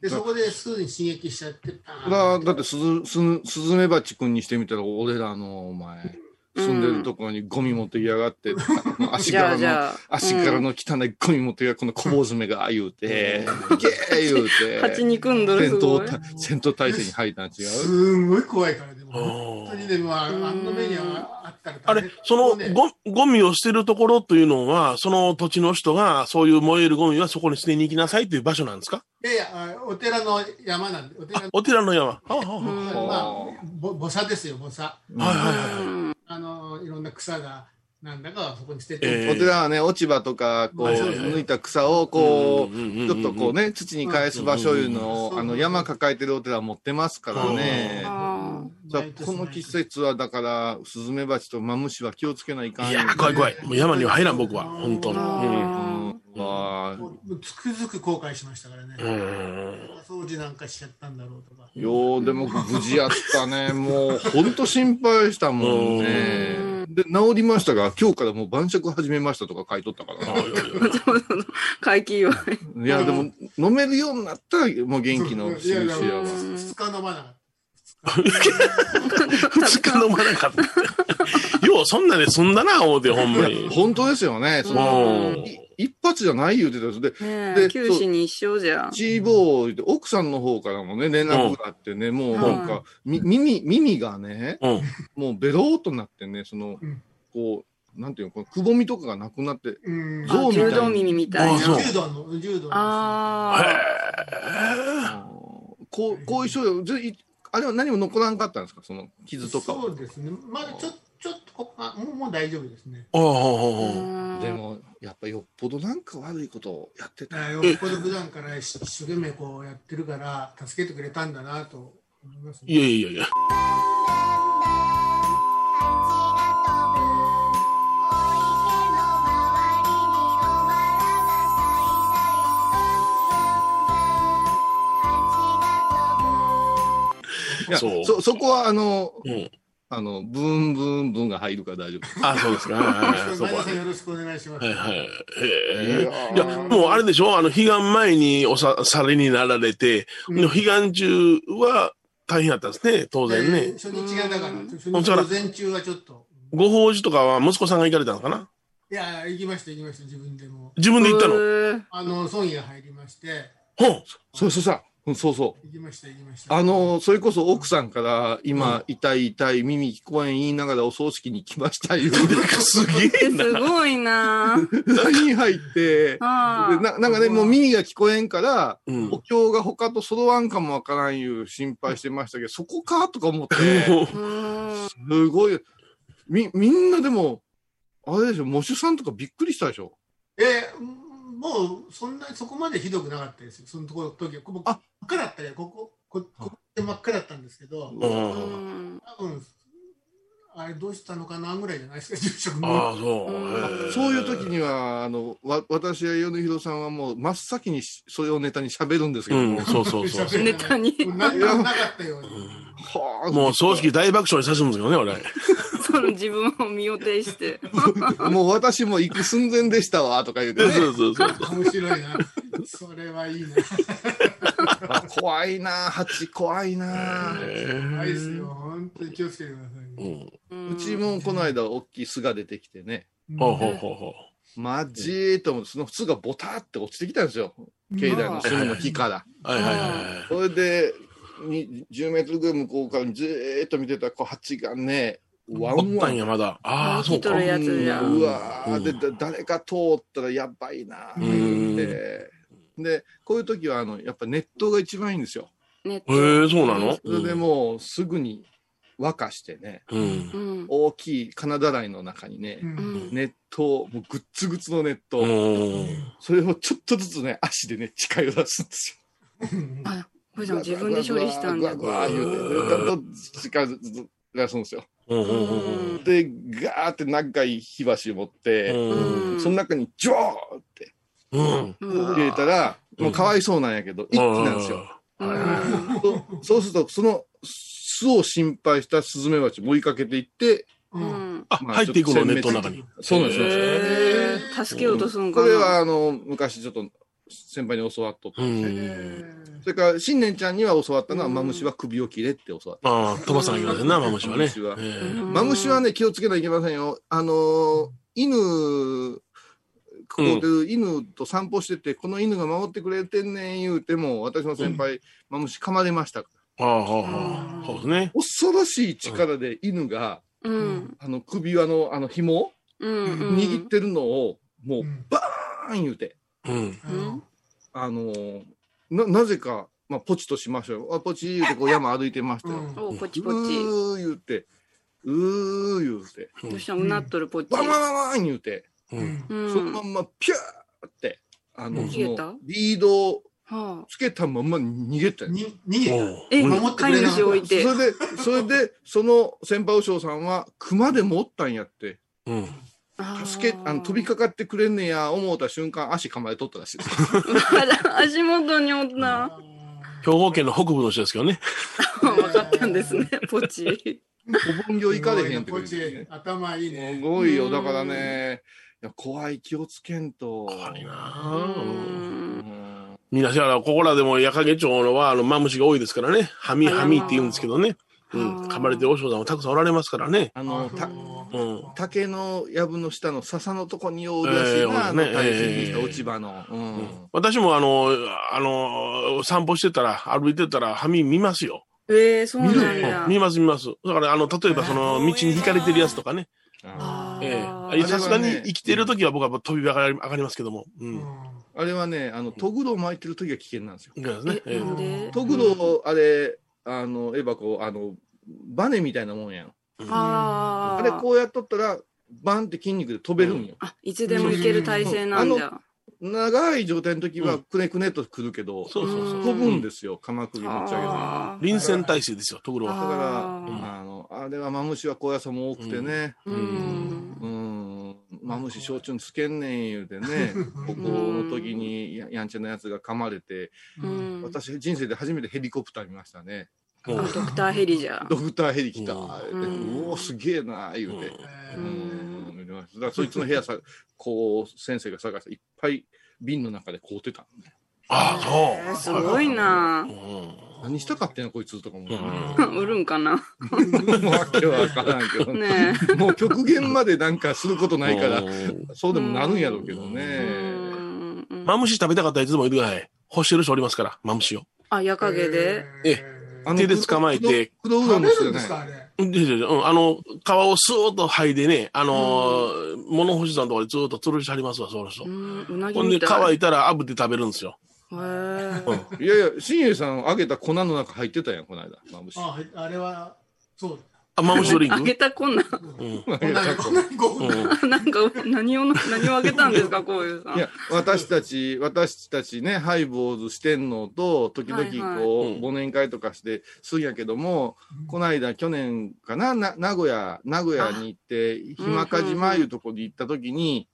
A: で、
C: だ
A: そこで巣に刺激しちゃって、パ
C: それは
A: ーン
C: だってスズスズスズメバチ君にしてみたら俺らのお前
B: うん
C: 住んでるところにゴミ持ってきやがって、あの足
B: じ
C: か
B: ゃ
C: ら
B: あじ
C: の
B: ゃあ。
C: 足から
B: うん。
C: の汚いゴミ持ってきやがってこの小坊主めがあ言うて「ゲー!」言
B: [laughs]
C: う
B: 蜂
C: て
B: に組んどる
C: 戦
B: すごい。
C: 闘戦闘態勢に入ったん違
A: い。
C: う
A: すんごい怖いから、でも、
D: い
A: 本
D: は
A: 当
D: い
A: に。ね、まあ、あの目にはあったら
D: あ
A: 大変、
D: れ、その
A: ね
D: ゴゴミを捨てるところというのは、その土地の人が、そういう燃えるゴミはそこに捨てに行きなさいという場所なんですか
A: いやいや、あお寺の山なんで、お寺
D: あ
A: の、
D: お寺の山。はあはあ
B: う
D: は
B: ん
A: まあ、ぼ菩薩ですよ、菩薩。
D: あはいはいはいはい。
B: うん
A: あの、いろんな草が、なんだかはそこに捨て
D: え
A: て、
D: え
C: お寺はね落ち葉とかこう
A: はいはいはい
C: 抜いた草をこう。ち
D: ょ
C: ょっとこう。ね、土に返す場所いうの
A: うん
C: を、あの、山抱えてるお寺は持ってますからね。
B: あ
C: じゃあこの季節はだから、スズメバチとマムシは気をつけないかん
D: い
C: よね、
D: や、怖い怖い。もう山には入らん、僕は。本当
B: ー
D: に。うん
C: [laughs]
B: あ
C: うん。わあ
A: もうもうつくづく後悔しましたからね。
D: うん。
A: 掃除なんかしちゃったんだろうとか。
C: よう、でも無事やったね。もう、ほんと心配したもんね。で、治りましたが、今日からもう晩酌始めましたとか書いとったから
D: あ
C: な。
D: いやいや
B: ー。そうそうそう回帰祝い。
C: いや、でも、飲めるようになったら、もう元気の印やわ
A: い。や
B: う
A: 二
B: ん
A: 日飲まなかっ
D: 二日飲まなかった。よう、そんなで済んだな、思うて、ほんまに。
C: 本当ですよね。その、
D: うん
C: い一発じゃない言うてたんです。で、
B: ね
C: で
B: え、九死に一生じゃん。
C: チーボーイで奥さんの方からもね、連絡があってね、もうなんか、み耳、耳がね、
D: うん。
C: もうベローっとなってね、その
A: うん、
C: こう、なんていうの、このくぼみとかがなくなって、
A: た。うん。
C: ゾウみた
B: 柔
C: いな
B: 道耳みたい
D: あそ
B: な
D: う。
A: 柔道の、柔道の。
B: あ
C: こう、後遺症よ、ずいあれは何も残らんかったんですかその傷とかは。
A: そうですね。まだちょ、ちょっとおあもうもう大丈夫ですね。
D: ああ、
B: う
D: ほうほうほう
B: ーん
C: でも、やっぱよっぽどなんか悪いことをやって
A: だ
C: た。
A: からよっぽど普段から一生懸命こうやってるから助けてくれたんだなと思います
D: いや
A: ね。
D: いやいや。
C: いや
D: そう
C: そ、そこは、あの、
D: うん。
C: あの、ブンブンブンが入るから大丈夫です。
D: あそうですか。はいはいはいそ
A: 前
D: こ
A: 田
D: は
A: さん
D: ね。
A: よろしくお願いします。
D: はいはい。へえ。
C: い
D: いや、もうあれでしょあの、悲願前におさ、されになられて、
A: うん
D: の悲願中は大変だったんですね、当然
A: で
D: ね。
A: 初日がだから、初日
D: 本当だ
A: 午前中はちょっと。
D: ご法事とかは息子さんが行かれたのかない
A: や、行きました、行きました、自分でも。
D: 自分で行った
B: う
D: の
B: ーん
A: あの、村屋入りまして、
D: ほん
C: そうそうさ、うんそうそう。
A: 行きました、行きました。
C: あの、それこそ奥さんから、今、痛い痛い、耳聞こえん言いながらお葬式に来ました、 [laughs] 言う。
D: すげえ
B: えす
D: な。
B: ごいな
C: [laughs]
B: ぁ
C: 何入って、で
B: あー
C: ななんかね、もう耳が聞こえんから、
D: うん。
C: [laughs] お経が他と揃わんかもわからんいう心配してましたけど、そこかとか思って、
B: うーん
C: すごい。み、みんなでも、あれでしょ、喪主さんとかびっくりしたでしょ
A: えーもうそんなそこまでひどくなかったですよ、そのところ時は。ここ真
C: あ
A: っ赤だったよ、ここ、こここって真っ赤だったんですけど、
B: う
D: う。
B: んん
A: 多分あれどうしたのかなぐらいじゃないですか、住職
D: あ
A: も。
D: あ、そう
B: うん
D: へえ。
C: そういう時には、あの、わ、私や米広さんはもう真っ先にしそれをネタに喋るんですけ
D: う
C: ど
D: ん
C: も、、
D: そうそうそ
B: [laughs]
D: うそう。
B: ネタに
A: もう何もなかったように。
C: はあ、
D: もう正直大爆笑にさせるんですけどね、俺。
B: その自分を身を挺して。
C: [laughs] [laughs] もう私も行く寸前でしたわ、とか言うて、ね、
D: そうそうそう。
A: 面白いな。それはいいな。
C: あ怖いなあ、蜂怖いなあ。
A: ないですよ。本当に気をつけてください、
D: う
A: ね。
D: ん。
B: う
C: うちもこの間大きい巣が出てきてね、
D: ほうほうほうほう。
C: マジーと思って、その巣がボタって落ちてきたんですよ。境内の隅の木から。
D: はいはいはいはい。
C: それで、に10メートルぐらい向こうからずーっと見てたら、こう蜂がね、ワ
D: おっ
C: ン
D: た
C: ワ
D: ん
C: ン
D: や、まだ。ああ、そう
B: 取
D: か
B: る。やつじゃん
C: うわー、で、
D: うん
C: だ誰か通ったらやばいなーって。で、こういう時は、あの、やっぱ熱湯が一番いいんですよ。
B: ネッ
D: へ
B: ト。
D: え、そうなの
C: それでもうすぐに沸かしてね、
D: うん。
B: うん。
C: 大きい金だらいの中にね、
A: うん
B: うん
C: 熱湯、もうぐっつぐつの熱湯、
D: うん。
C: それをちょっとずつね、足でね、近寄らすんですよ。
A: うん
B: ふーちゃん自分で処理したん
C: ぐ
B: だ
C: わ。ぐわぐわぐわ言うて、だんだん近づらすんですよ。
D: うんうんうん
B: うん
C: で、ガーって長い火箸持って、
D: うん。
C: その中にジョーって
D: うん。
B: うん
C: 入れたら、
D: うん
C: もうかわいそうなんやけど、一気なんですよ。
B: うん
C: そうそうすると、その巣を心配したスズメバチも追いかけていって、
B: う
A: う
B: んん。
D: あ、
C: まあ
D: 入っていくの、ネ
C: ちょっと
D: ットの中に。
C: そうなんですよ。
B: へー助けようとすんか
C: こ
B: な。
C: れは、あの、昔ちょっと先輩に教わっとって、
D: うん。
C: それから、新年ちゃんには教わったのは、マムシは首を切れって教わっ
D: ああ、飛ばさなきゃいけませんな、マムシはね。
C: マムシ
D: え
C: た。
B: うん
C: マムシはね、気をつけなきゃいけませんよ。あのー犬、ここで犬と散歩してて、この犬が守ってくれてんねん言うても、私の先輩、マムシ噛まれました。
D: えああ、ああそうですね。
C: 恐ろしい力で犬が、
B: うん。
C: あの、首輪の、あの、紐、
B: うん。うん
C: 握っ。てるのを、もう、
A: うん
C: バーン言うて、
D: うん。
A: うん
C: あのーな、なぜか、まあ、ポチとしましょう。あ、ポチ言う
B: [laughs]
C: て、こう、山歩いてましたよ。
A: うん
B: おうこっちこっち。
C: うー言うて、うー言うて、
B: どうしたのうなっとるこっち。
C: わんわんわんわん言うて、
D: う。
A: うんん
B: う
C: そのま
B: ん。
C: んまピューって、あ
D: う
C: の、
D: ん
C: そ
B: 消えた
C: のリードを
B: は
C: つけたまんま逃げて。
A: に逃げた。
D: おう
B: え
D: うん
A: 守って
B: あ。飼
A: くれ
B: い
A: な
B: 主置
A: かっ。
B: い
C: それ
B: て。
C: で、それで、その先輩和尚さんは、熊でもおったんやって、
D: うん。
C: 助け、あの、飛び
B: か
C: かかってくれんねや、思うた瞬間、足構えとったらしいです。
B: [laughs] 足元におったた。
D: 兵庫県の北部の人ですけどね。
B: 分かったんですね、ポチ。
C: お盆行行かれへんって
A: こ
C: 言
A: っ
C: うて
A: ち
C: ね
A: 頭いい
C: す
A: ね。
C: ごいよ、だからね、いや怖い、気をつけんと。
D: 怖いな
B: う
D: あうん
B: ん。
D: 皆さん、ここらでも矢掛町のは、あの、マムシが多いですからね。ハミハミって言うんですけどね。うん。噛まれてるお嬢さんもたくさんおられますからね。
C: あの、た、
D: うん
C: 竹の藪の下の笹のとこにおるらしい
D: ええ
C: な、あ
D: ね
C: の大変にし
D: え
C: た
D: え
C: 落ち葉の。うん
D: 私もあの、あの、散歩してたら、歩いてたら、ハミ見ますよ。
B: ええ、そうなん
D: うん
B: や。
D: 見ます見ます。だから、あの、例えばその、道に引かれてるやつとかね。
C: あ
B: ー
D: え
B: あ
D: え。
B: れ
C: はね
D: さすがに生きてる時は僕は飛び上がり上がりますけども。うん。
C: あれはね、あの、トグロを巻いてる時は危険なんですよ。
D: いいですね。
B: え
D: え
B: なんで
C: トグロ、あれ、あの、エバコ、あの、バネみたいなもんやん。
B: あ
C: あ
B: あ
C: れこうやっとったら、バンって筋肉で飛べるんよ。
B: あ、いつでもいける体勢なんじゃ。
C: 長い状態の時
D: う
C: は、
D: ん
C: くねくねとくるけど、
D: そうそうそう。
C: 飛ぶんですよ、鎌首持ち上げたら。
B: あー
D: 臨戦態勢ですよ、ところ
C: だ
D: は。
C: か
B: あ
C: ら、あの、あれはマムシは高野さも多くてね、
B: う。
C: うんん、マムシ焼酎につけんねん言うてね、高校の時にややんちゃなやつが噛まれて、
B: うん
C: 私人生で初めてヘリコプター見ましたね。
D: も
B: あ
D: う
B: ドクターヘリじゃ。
C: ドクターヘリ来た。
D: うん
C: 言うて
B: うん
C: うお、すげえな、言うて。
A: え
C: う
A: ー
C: ん、見てましただからそいつの部屋さ、こう、先生が探して、いっぱい瓶の中で凍ってた。
D: あ
B: えーすごいな [laughs]
D: あ、そ。う。うん
C: 何したかってんの、こいつとかも。
D: うん
B: 売るんかな。
C: わけわからんけど、
B: ね
C: もう極限までなんかすることないから
D: う、ん
C: そうでもなるんやろうけど
B: え。う
C: ね。
B: んうん
D: マムシ食べたかったらいつでも言ってください。干してる人おりますから、マムシを。
B: あ、夜影で。
D: え
C: あの
D: 手で捕まえて。
C: 黒黒うどん
A: 食
C: の
A: べ
C: 人
A: るん
C: じ
A: で
C: ゃ
A: す
C: な
A: か
C: い
A: あれ。
D: うんでででうんあの、皮をスーッと剥いでね、あのー物干しさんとかでずーっと吊るしはりますわ、その人
B: う。ん、うなぎ
D: ほんで、
B: みた
D: 乾
B: い。
D: いたら炙って食べるんですよ。
B: へー
D: うん
C: いやいや、新栄さん揚げた粉の中入ってたやん、この間、マムシ。
A: ああれは、そう
D: あ、マムシドリン
B: あげ
D: ク
B: たこんな、 [laughs]
D: うん。
A: だ。こんなこんなに5
D: う
A: 分
D: ん
B: なんか、何を、何をあげたんですか、こういうさん。
C: いや、私たち、私たちね、ハイボーズしてんのと、時々こ
B: は
C: う、
B: いは
D: うん
C: 忘年会とかしてするんやけども、
A: うん
C: こないだ去年かなな、名古屋、名古屋に行って、ひまか島いうとこに行った時に、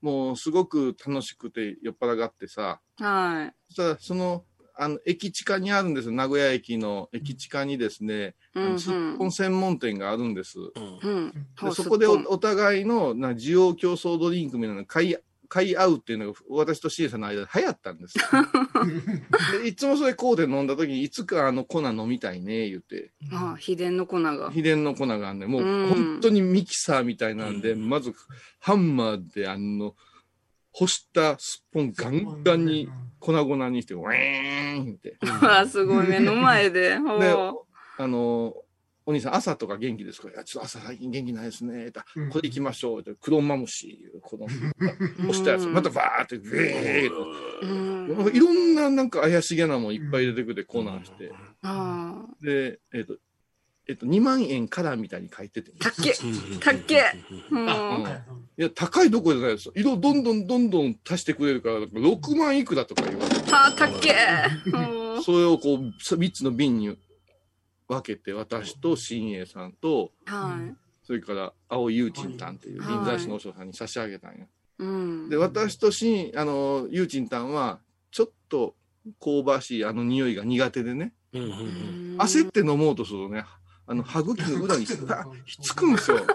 C: もうすごく楽しくて酔っ払がってさ、
B: はい。
C: そしたらその、あの、駅地下にあるんですよ名古屋駅の駅地下にですね、
B: う
C: あ
B: ん、う
C: のすっぽ
B: ん
C: ん専門店があるんです。
D: うん
B: うん。
C: で
B: あ
C: そこでお
B: すっぽん
C: お互いのな需要競争ドリンクみたいなのを買い買い合うっていうのが私とシエさんの間で流行ったんですよでいつもそれこうで飲んだ時にいつかあの粉飲みたいね言って
B: あ、秘伝の粉が。
C: 秘伝の粉があんねもう
B: うん
C: 本当にミキサーみたいなんで、
D: うん
C: まずハンマーであの干したすっぽんガンガンに。粉々にしてウェーンって
B: [laughs] あ、すごい、目の前で。ほう
C: であのお兄さん朝とか元気ですかいやちょっと朝最近元気ないですねって
A: うん
C: これ行きましょうって黒マムシこの押したやつ、またバーって、グエーッ
B: うん
C: と。いろんななんか怪しげなもんいっぱい出てくて、コーナーして。
B: ああ、
C: で、えっ、と、えっ、と、2万円からみたいに書いてて。
B: たっけ
D: うん
B: たっけも
C: うん
B: う、
C: いや、高いどころじゃないですよ。色どんどんどんどん足してくれるから、6万いくらとか言われて。
B: あ、たっけもう
C: それをこう、3つの瓶に分けて、私と新栄さんと、
B: はい。
C: それから、青ゆうちんたんっていう、臨済市の和尚さんに差し上げたんや。
B: うん。
C: で、私としん、あの、ゆうちんたんは、ちょっと香ばしいあの匂いが苦手でね、
D: うんうんう
B: うんん
C: 焦って飲もうとするとね、あの、歯茎の裏にひっつくんです
B: [laughs]
C: よ。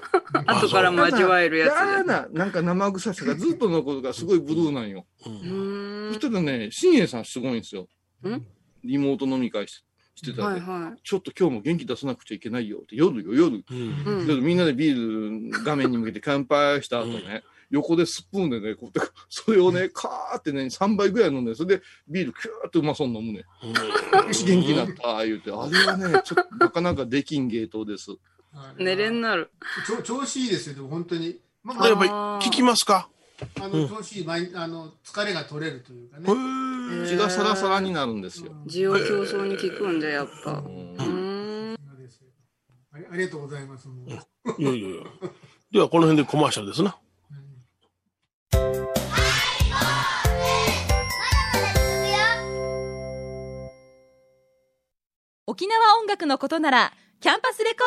B: 後からも味わえるやつ
C: だな、なんか生臭さがずっと残るからすごいブルーなんよ。
D: う
B: うんん
C: そしたらね、しんえさんすごいんですよ
B: ん。
C: リモート飲み会ししてたん
B: は
C: で、
B: いは
C: ちょっと今日も元気出さなくちゃいけないよって、夜よ、夜。
D: うん
B: い。う
C: ちょっ
B: ん。
C: とみんなでビール画面に向けて乾杯した後ね、横でスプーンでね、こうやってそれをね、カーってね、3杯ぐらい飲んで、それでビールキューってうまそうに飲むね。よし、元気になった、言うて、あれはね、ちょっとなかなかできん芸当です。
B: 寝れん
A: な。
B: なる。
A: 調調子いいですよ、でも本当に。ま
D: やっ
A: あ、
D: ぱり聞きますか
A: あ
D: う
A: の
D: ん
A: 調子いい毎あの、疲れが取れるというかね
D: へ。ー
C: 血がサラサラになるんですよ。
B: 需要競争に効くんだ、やっぱ
C: う。ん
B: うん。
A: ありありがとうございます。もう
D: いやいやいや。では、この辺でコマーシャルですな。
A: うん
E: 沖縄音楽のことならキャンパスレコ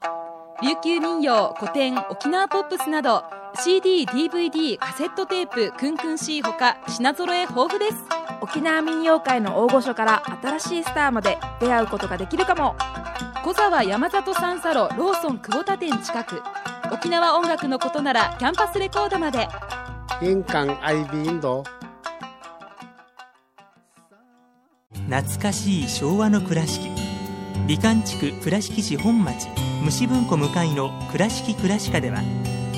E: ード琉球民謡古典沖縄ポップスなど CDDVD カセットテープクンクン C ほか品揃え豊富です
F: 沖縄民謡界の大御所から新しいスターまで出会うことができるかも
E: 小沢山里三佐路ローソン久保田店近く沖縄音楽のことならキャンパスレコードまで
G: 玄関アイビーインド
H: 懐かしい昭和の倉敷美観地区倉敷市本町虫文庫向かいの「倉敷倉敷科」では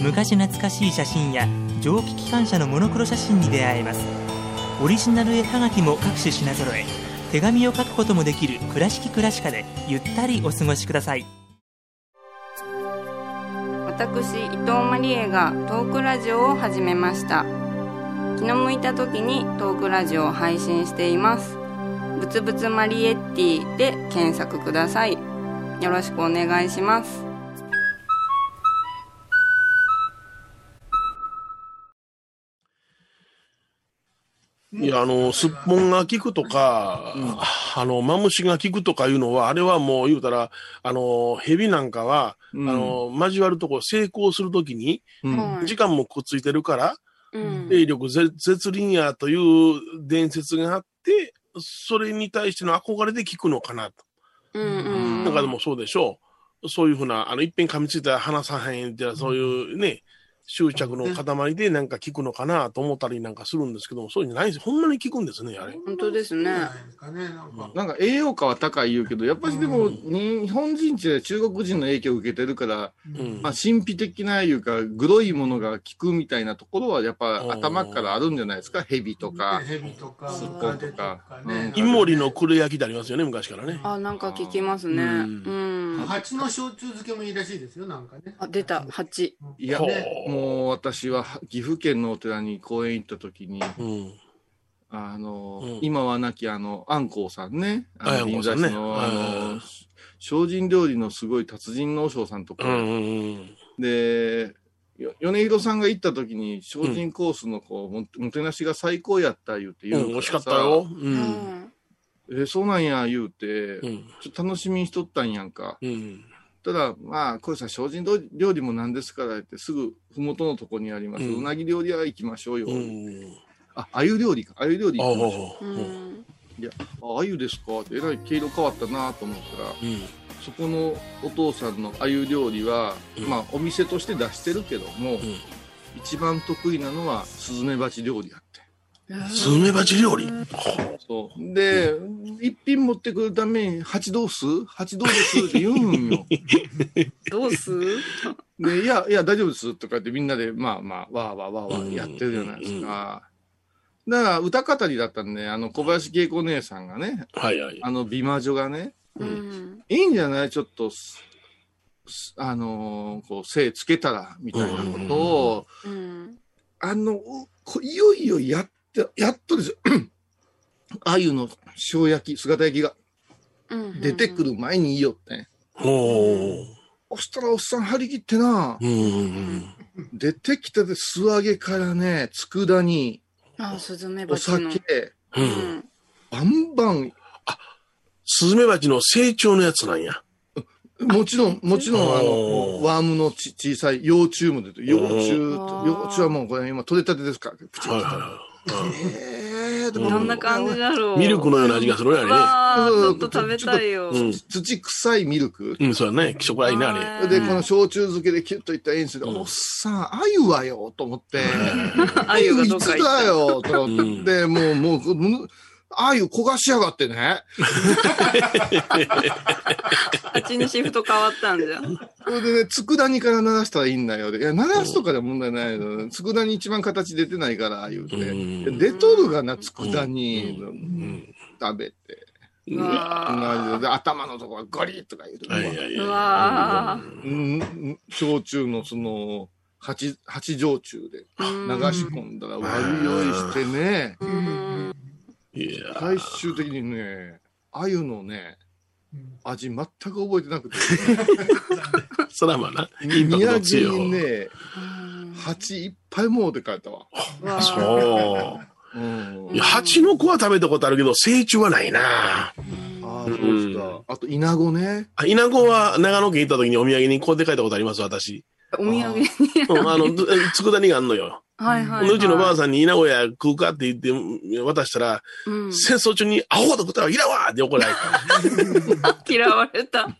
H: 昔懐かしい写真や蒸気機関車のモノクロ写真に出会えますオリジナル絵はがきも各種品揃え手紙を書くこともできる「倉敷倉敷科」でゆったりお過ごしください
B: 私伊藤マリエがトークラジオを始めました気の向いた時にトークラジオを配信していますぶつぶつマリエッティで検索くださいよろしくお願いします
D: いや、あの、すっぽんが効くとか、あの、マムシが効くとかいうのは、あれはもう言うたら、あの、蛇なんかは、
C: うん
D: あの、交わるとこ、成功するときに、
C: うん
D: 時間もくっついてるから、
B: うん
D: 霊力ぜ絶倫やという伝説があって、それに対しての憧れで効くのかなと。
B: うんうん
D: なんかでもそうでしょう。そういうふうな、あの、いっぺん噛みついたら離さへんっていうのは、そういうね、執着の塊でなんか効くのかなと思ったりなんかするんですけども、そういうんじゃないんです。ほんまに効くんですね、あれ。
B: 本当ですね。
A: ですかね、なんか。
C: なんか栄養価は高い言うけど、やっぱりでも、日本人って中国人の影響を受けてるから、
D: うん
C: まあ、神秘的ないうか、グロいものが効くみたいなところは、やっぱ
D: うん
C: 頭からあるんじゃないですか、蛇とか。
A: ヘビとか、
C: スッポ
A: カ
C: ンと
A: デと
C: か
A: かね。
D: イモリのくれ焼きでありますよね、昔からね。
B: あ、なんか聞きますね。う
D: うん
B: ん。
A: 蜂の焼酎漬けもいいらしいですよ、なんかね。
B: あ、出た、蜂。
C: いや
D: ほう、
C: もう私は岐阜県のお寺に公園行った時に、
D: うん。
C: あの、
D: うん
C: 今は亡きあの、安光さんね、あの、
D: あ安
C: 銀
D: 光
C: 座
D: さ
C: 市
D: んね
C: の、あ
D: う
C: の
D: ん、
C: 精進料理のすごい達人の和尚さんとか、
D: うんうん
C: で、よ米広さんが行った時に、精進コースのこう、ももてなしが最高やった言うて
D: う
C: 言
D: ん。
C: う
D: う
C: か
D: ん、
C: ら
D: 惜しかっ
C: さ
D: たよ。う。
B: うんん。
C: え、そうなんや言うて、
D: うん。
C: ちょっと楽しみにしとったんやんか。
D: うん。
C: ただ、まあ、これさ、精進料理もなんですから言って、すぐ、ふもとのとこにあります、う
D: うん
C: なぎ料理屋行きましょうよ。
D: うん。
C: あ、あゆ料理か。あゆ料理
D: あ
C: 行きましょう。
B: う
D: あ、うん。
B: ん。
C: あ、あゆですかって、えらい毛色変わったなと思ったら、
D: うん。
C: そこのお父さんのあゆ料理は、
D: うん
C: まあ、お店として出してるけども、
D: ん
C: 一番得意なのは、スズメバチ料理やって。
D: スズメバチ料理。ほ
C: そう。で、一品持ってくるために、蜂どうす蜂どうですって言うん
D: [laughs]
C: よ。
B: どうす
C: で、いや、いや、大丈夫ですとかってみんなで、まあまあ、わーわーわーわ
D: うん
C: ーやってるじゃないですか。だから、歌語りだったんで、あの、小林恵子姉さんがね、
D: うはいはい。
C: あの、美魔女がね、
B: うん。
C: いいんじゃないちょっと、すすあのーこう、精つけたら、みたいなことを、
B: うん。
C: あの、うこいよいよやって、やっとですよ。 [clears throat] あゆの塩焼き、姿焼きが
B: うん。
C: 出てくる前にいいよって、ね。
D: ほ
C: そしたらおっさん張り切ってな
D: う。、うん。
C: 出てきたで素揚げからね、佃煮、
B: あ、スズメ
C: お
B: バチの。
C: 酒、
D: う。
B: うんん。
C: バンバン、
D: スズメバチの成長のやつなんや。
C: もちろん、もちろん、あの、
D: おー
C: ワームのち小さい幼虫も出て、幼虫と
B: お、ー
C: 幼虫はもうこれ今取れたてですから、プチプ
D: はい
C: チ
D: はい
C: と。
D: はいうん。
C: えー、でも
B: どんな感じだろう。
D: ミルクのような味がするやね。
B: わあ、ちょっと食べたいよ。
D: うん。
C: 土臭いミルク。
D: うん、そうやね。気色がいいな、あ
C: で、
B: うん
C: この焼酎漬けでキュッといった演出で、
D: うん
C: おっさん、あゆはよ、と思って、
B: [laughs] あゆがどっ
C: いつ
B: か行った
C: だよ、と思
D: うん
C: って、で、もう、もうもう、あゆ焦がしやがってね。
B: あっちにシフト変わったんじゃ。
C: それでね、佃煮から鳴らしたらいいんだよ。でいや、鳴らすとかでは問題ないの。佃煮一番形出てないから、言うて。
D: うん
C: 出とるがな、佃煮、
D: う
C: 食べて。
B: うわ
C: で頭のところゴリッとか言うて、
D: れ。はいはいはい。
B: うわ
C: うんうん焼酎のその、八、八焼酎で
B: あ。流
C: 流し込んだら悪酔いしてね、
B: うん。
D: いや
C: 最終的にね、鮎のね、
A: うん
C: 味全く覚えてなくて、
D: そらまあな。
C: 宮城に
D: う
C: ね、蜂いっぱいもうて帰ったわ。
B: わあ
D: そう。
C: うん
D: いや、蜂の子は食べたことあるけど、成虫はないな。
C: ああ、そうですか。あと、イナゴね。
D: あ、稲子は長野県行った時にお土産にこうで書いたことあります、私。
B: お土産に。
D: うん、あの、つ佃煮があんのよ。
B: はいはい、はい。
D: うちのばあさんに稲子や食うかって言ってうん渡したら、
B: うん、
D: 戦争中にアホと食ったらいらんわって怒られた。
B: 嫌われた。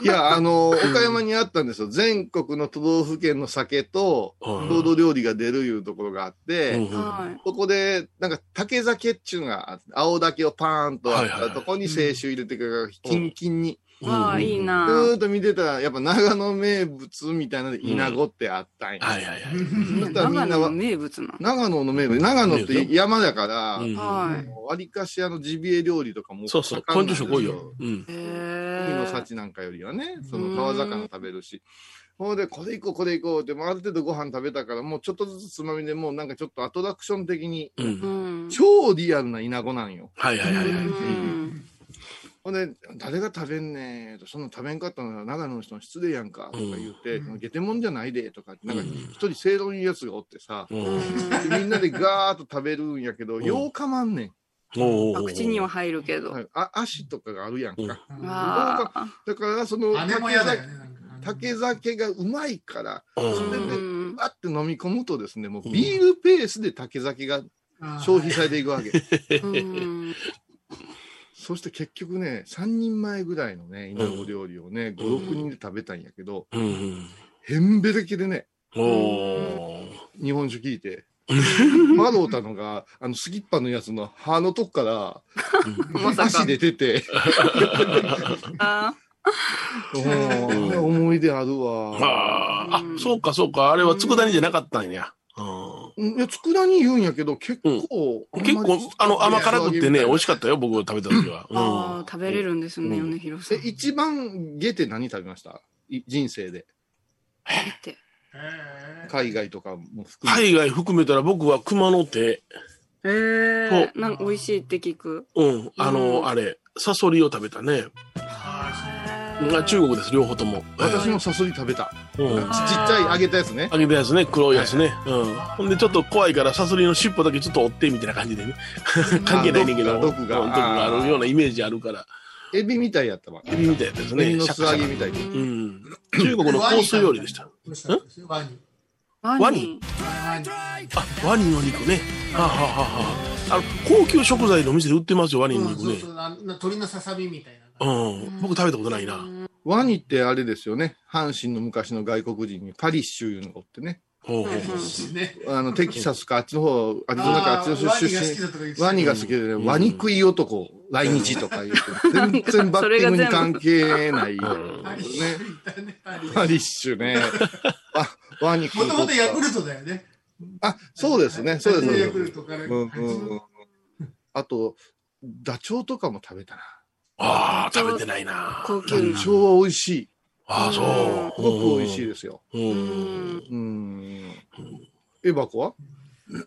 C: いや、あの、岡山にあったんですよ。全国の都道府県の酒と、
D: うん
C: 郷土料理が出るいうところがあって、
D: うんうん
B: は
C: ここで、なんか竹酒っちゅうのがあって、青竹をパーンとあっ
D: はいはい
C: たとこに清酒入れてから、キンキンに。
B: い。わあ、いい
C: ず
B: な。
C: ーっと見てたら、やっぱ長野名物みたいなので、イナゴってあったんや。
D: はいはいはい。
B: ね長野の名物な
C: 長野の名物、長野って山だから、
D: うん
B: の。はい。
C: わりかしあのジビエ料理とかも。
D: そうそう、
C: ポ
D: ポイント食多いよ。。うん。
B: へえ
C: 海の。幸なんかよりはね、その川魚食べるし。ほんで、これ行こう、これ行こうって、もうある程度ご飯食べたから、もうちょっとずつつまみでもうなんかちょっとアトラクション的に、
D: う。
B: うんん。
C: 超リアルなイナゴなんよ。
D: はいはいはいはい。
B: うん
C: ほんで、誰が食べんねんと、そんなん食べんかったのは長野の人の失礼やんか、とか言って、
A: うん
C: ゲテモンじゃないで、とか、なんか
D: うん
C: 一人正論いうやつがおってさ、
D: うん
C: みんなでガーッと食べるんやけど、
D: ん
C: ようかまんね
D: おうおうおう
B: 口には入るけ
C: ん。
B: ど。
C: はいあ足とかがあるやん
D: うん
C: か。
B: ああ。
C: だから、その
A: 姉も
C: 竹
A: 嫌だよ
C: 酒
A: ね。なんか
C: 竹酒がうまいから、
D: うん
C: それで
B: うん
C: わって飲み込むとですね、もう
D: うん
C: ビールペースで竹酒が
A: あー
C: 消費されていくわけ。
B: うん
C: そして結局ね、3人前ぐらいのね、今のお料理をね、5、6人で食べたんやけど、
D: うんうん
C: へんべれきでね、
D: おー
C: 日本酒聞い
D: [laughs]
C: て、マローたのが、あの、スキッパのやつの歯のとこか
B: ま
C: ら、
B: さか
C: 足。出てて、
B: あ
C: うん
D: うん
C: 思い出あるわ。
D: はあ、あ、そうかそうか。あれは佃煮じゃなかったんや。う
C: うんいや、佃煮言うんやけど、結構、
D: ん、結構、あの、甘辛くってね、美味し
C: かっ
D: かったよ、僕食べた時は。
B: ーあー、食べれるんですね、
D: うん
B: 米広さ
C: た
B: ん。
C: 一番ゲテ何食べましたい人生で。
B: って
A: えー
C: 海外とかも含めて。
D: 海外含めたら僕は熊の手。
B: え
D: そ
B: ー、なん美味しいって聞く。
D: うん。あの、
B: うん
D: あれ、サソリを食べたね。うん中国です、両方とも。
C: 私もサソリ食べた。
D: うん。
C: ちちっちゃい揚げたやつね。
D: あげたやつね、黒いやつね。うん。ほんで、ちょっと怖いから、サソリの尻尾だけちょっと折って、みたいな感じでね。関係ないねんけど、
C: あ毒が
D: うん毒があるようなイメージあるから、
C: エビみたいやったわ。
D: エビみたいなやつ
C: エビ
D: ね。
C: の
D: シャ
C: 素
D: カシ
C: 揚
D: ャ
C: げ
D: カ
C: みたいに。
D: うん。中国の香水料理でした。。
A: どうしたんですワニ。
B: ワ
D: ワ
B: ニ
D: ニ。
A: ワニ
D: あ、ワニの肉ね。はあ、はあはあはあ、あの、高級食材の店で売ってますよ、ワニの
A: うん
D: 肉
A: そう
D: ね
A: そ。うあの鳥のささみみたいな。
D: うん。僕食べたことないな。
C: ワニってあれですよね。阪神の昔の外国人にパリッシュいうのがおってね。
D: ほうほうほう。
A: ね。
C: あの、テキサスかあっちの方、アリゾナかあっちの
A: あーワ
C: 出
A: ニが
C: 身。ワニが好き
A: 好きだとか言ってた
C: でね、
D: うん
C: ワニ食い男、来日とか言うて、全然バッティングに関係ない。ね。
A: パリッシュいたね、パリッシ
C: パ
A: ュ
C: リッシュね。あ、ワニ食い
A: もと
C: 男
A: もとヤクルトだよね。
C: あ、そうですね、そうです
A: ヤ
C: ね
A: ク。ルトから。
C: うんうんうんあと、ダチョウとかも食べたな。
D: ああ、食べてないな。
B: 高級
C: ダ
B: な
C: チ。ョウは美味しい。
D: ああ、
C: す
D: そう。
C: ごく美味しいですよ。
D: う。
B: うんん
C: うん。エバコは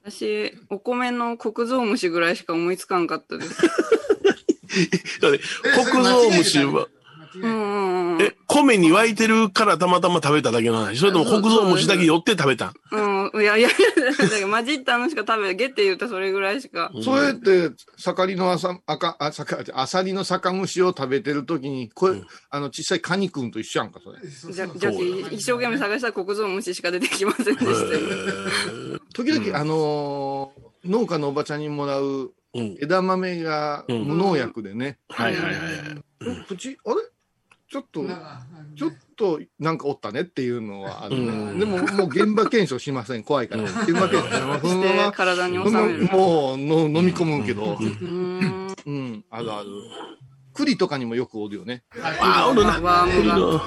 B: 私、お米の国蔵虫ぐらいしか思いつかんかったです。
D: だって国蔵虫
A: 間違
D: は、
B: う
A: えてた。間違え
B: んうんうん。
D: え、米に沸いてるからたまたま食べただけの話。それとも国蔵虫だけ寄って食べたん
B: うん。いやいや、だから混じったのしか食べ、ゲって言うたそれぐらいしか。
C: それって、盛りの朝、赤、あ、さか、あさりの酒蒸しを食べてるときに、これ、
D: うん
C: あの、小さいカニくんと一緒やんか、それ。
A: てそう
B: じ
A: そ
B: ゃ、
A: うそう
B: じゃあ一生懸命探した国蔵虫しか出てきませんでしたよ。
C: 時々、
D: うん
C: あのー農家のおばちゃんにもらう
D: うん。
C: 枝豆が
D: うん
C: 無農薬でね、
D: はいはいはい。うん
C: プチ、あれちょっと、
A: なんかあのね
C: ちょっとなんかおったねっていうのはあるね。
D: うん
C: でも、もう現場検証しません、怖いから。
D: うん
C: 現場検証しま
B: し
C: せん
B: て、体に
C: そ
B: 収
C: のま
B: め
C: ま
B: る。
C: もうの飲み込むけど
D: う、
B: う
D: ん
B: ん。
C: うん、あるある。栗とかにもよくおるよね。
D: ああ、おるな。
B: ワームが。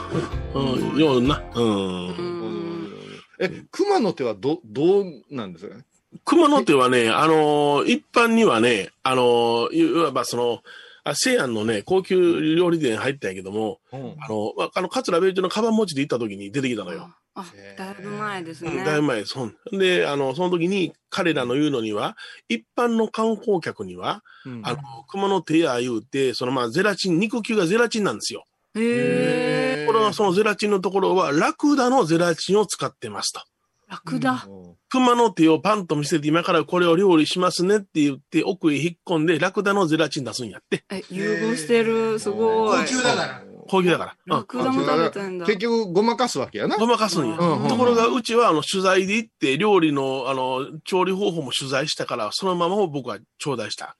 D: うん、ようおるな。うん。
B: うん
C: え、熊の手はど、どうなんですかね
D: 熊野手はね、あのー一般にはね、あのーいわばその、あ西安のね、高級料理店入ったんやけども、
C: うん
D: あの、まあ、あの、桂米朝のカバン持ちで行った時に出てきたのよ。
B: あ、だいぶ前です
D: うん
B: ね。
D: だいぶ前、そん。で、あの、その時に彼らの言うのには、一般の観光客には、
C: うん
D: あの、熊野手や言うて、そのまあ、ゼラチン、肉球がゼラチンなんですよ。
B: へえ、
D: ところがそのゼラチンのところは、ラクダのゼラチンを使ってますと。
B: 楽だ。
D: 熊の手をパンと見せて、今からこれを料理しますねって言って、奥へ引っ込んで、ラクダのゼラチン出すんやって。
B: え、融合してる。すごい
A: 高。級だから。
D: 高級だから。うん
B: ラ。クダも食べたんだ。
C: 結局、ごまかすわけやな。
D: ごまかすんや。
C: うんうん
D: ところが、うちは、あの、取材で行って、料理の、あの、調理方法も取材したから、そのままを僕は頂戴した。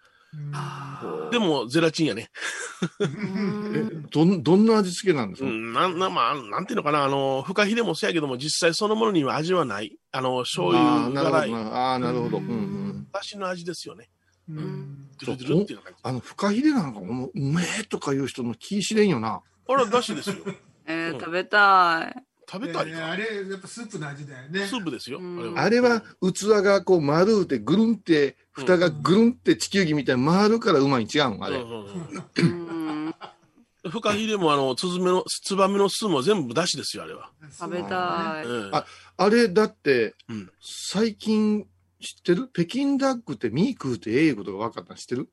B: あ
D: でも、ゼラチンやね。
B: ー
C: えどん、どんな味付けなんです
D: う
C: か、
D: ん、なん、な、まあ、なんていうのかな、あの、フカヒレもそうやけども、実際そのものには味はない。あの、醤
C: ああ、
D: 油
C: なるほ
D: 辛
C: ど
D: い、
C: な。ああ、なるほど。うんう
A: うん
C: ん。
D: だしの味ですよね。
A: うん
D: ドゥルドゥルっていうような感じ。
C: あの、フカヒレなんかもう、うめえとか言う人の気しれんよな。
D: あれはだしですよ。
B: えー食べた
D: 食べたり
A: いやいや
D: か
A: あ。れ、やっぱスープの味だよね。
D: スープですよ。
B: うん
C: あれは、器がこう丸うて、ぐるんって、蓋がぐるんって地球儀みたいに回るからうまいに違うん、あれ
D: う。んうんうん
B: い。うん
D: フカヒレもあの、ツズメの、ツバメの巣も全部出しですよ、あれは。
B: 食べたい。
D: うん
C: ああれ、だって
D: うん、
C: 最近知ってる北京ダックってミー食うてええいうことが分かったの知ってる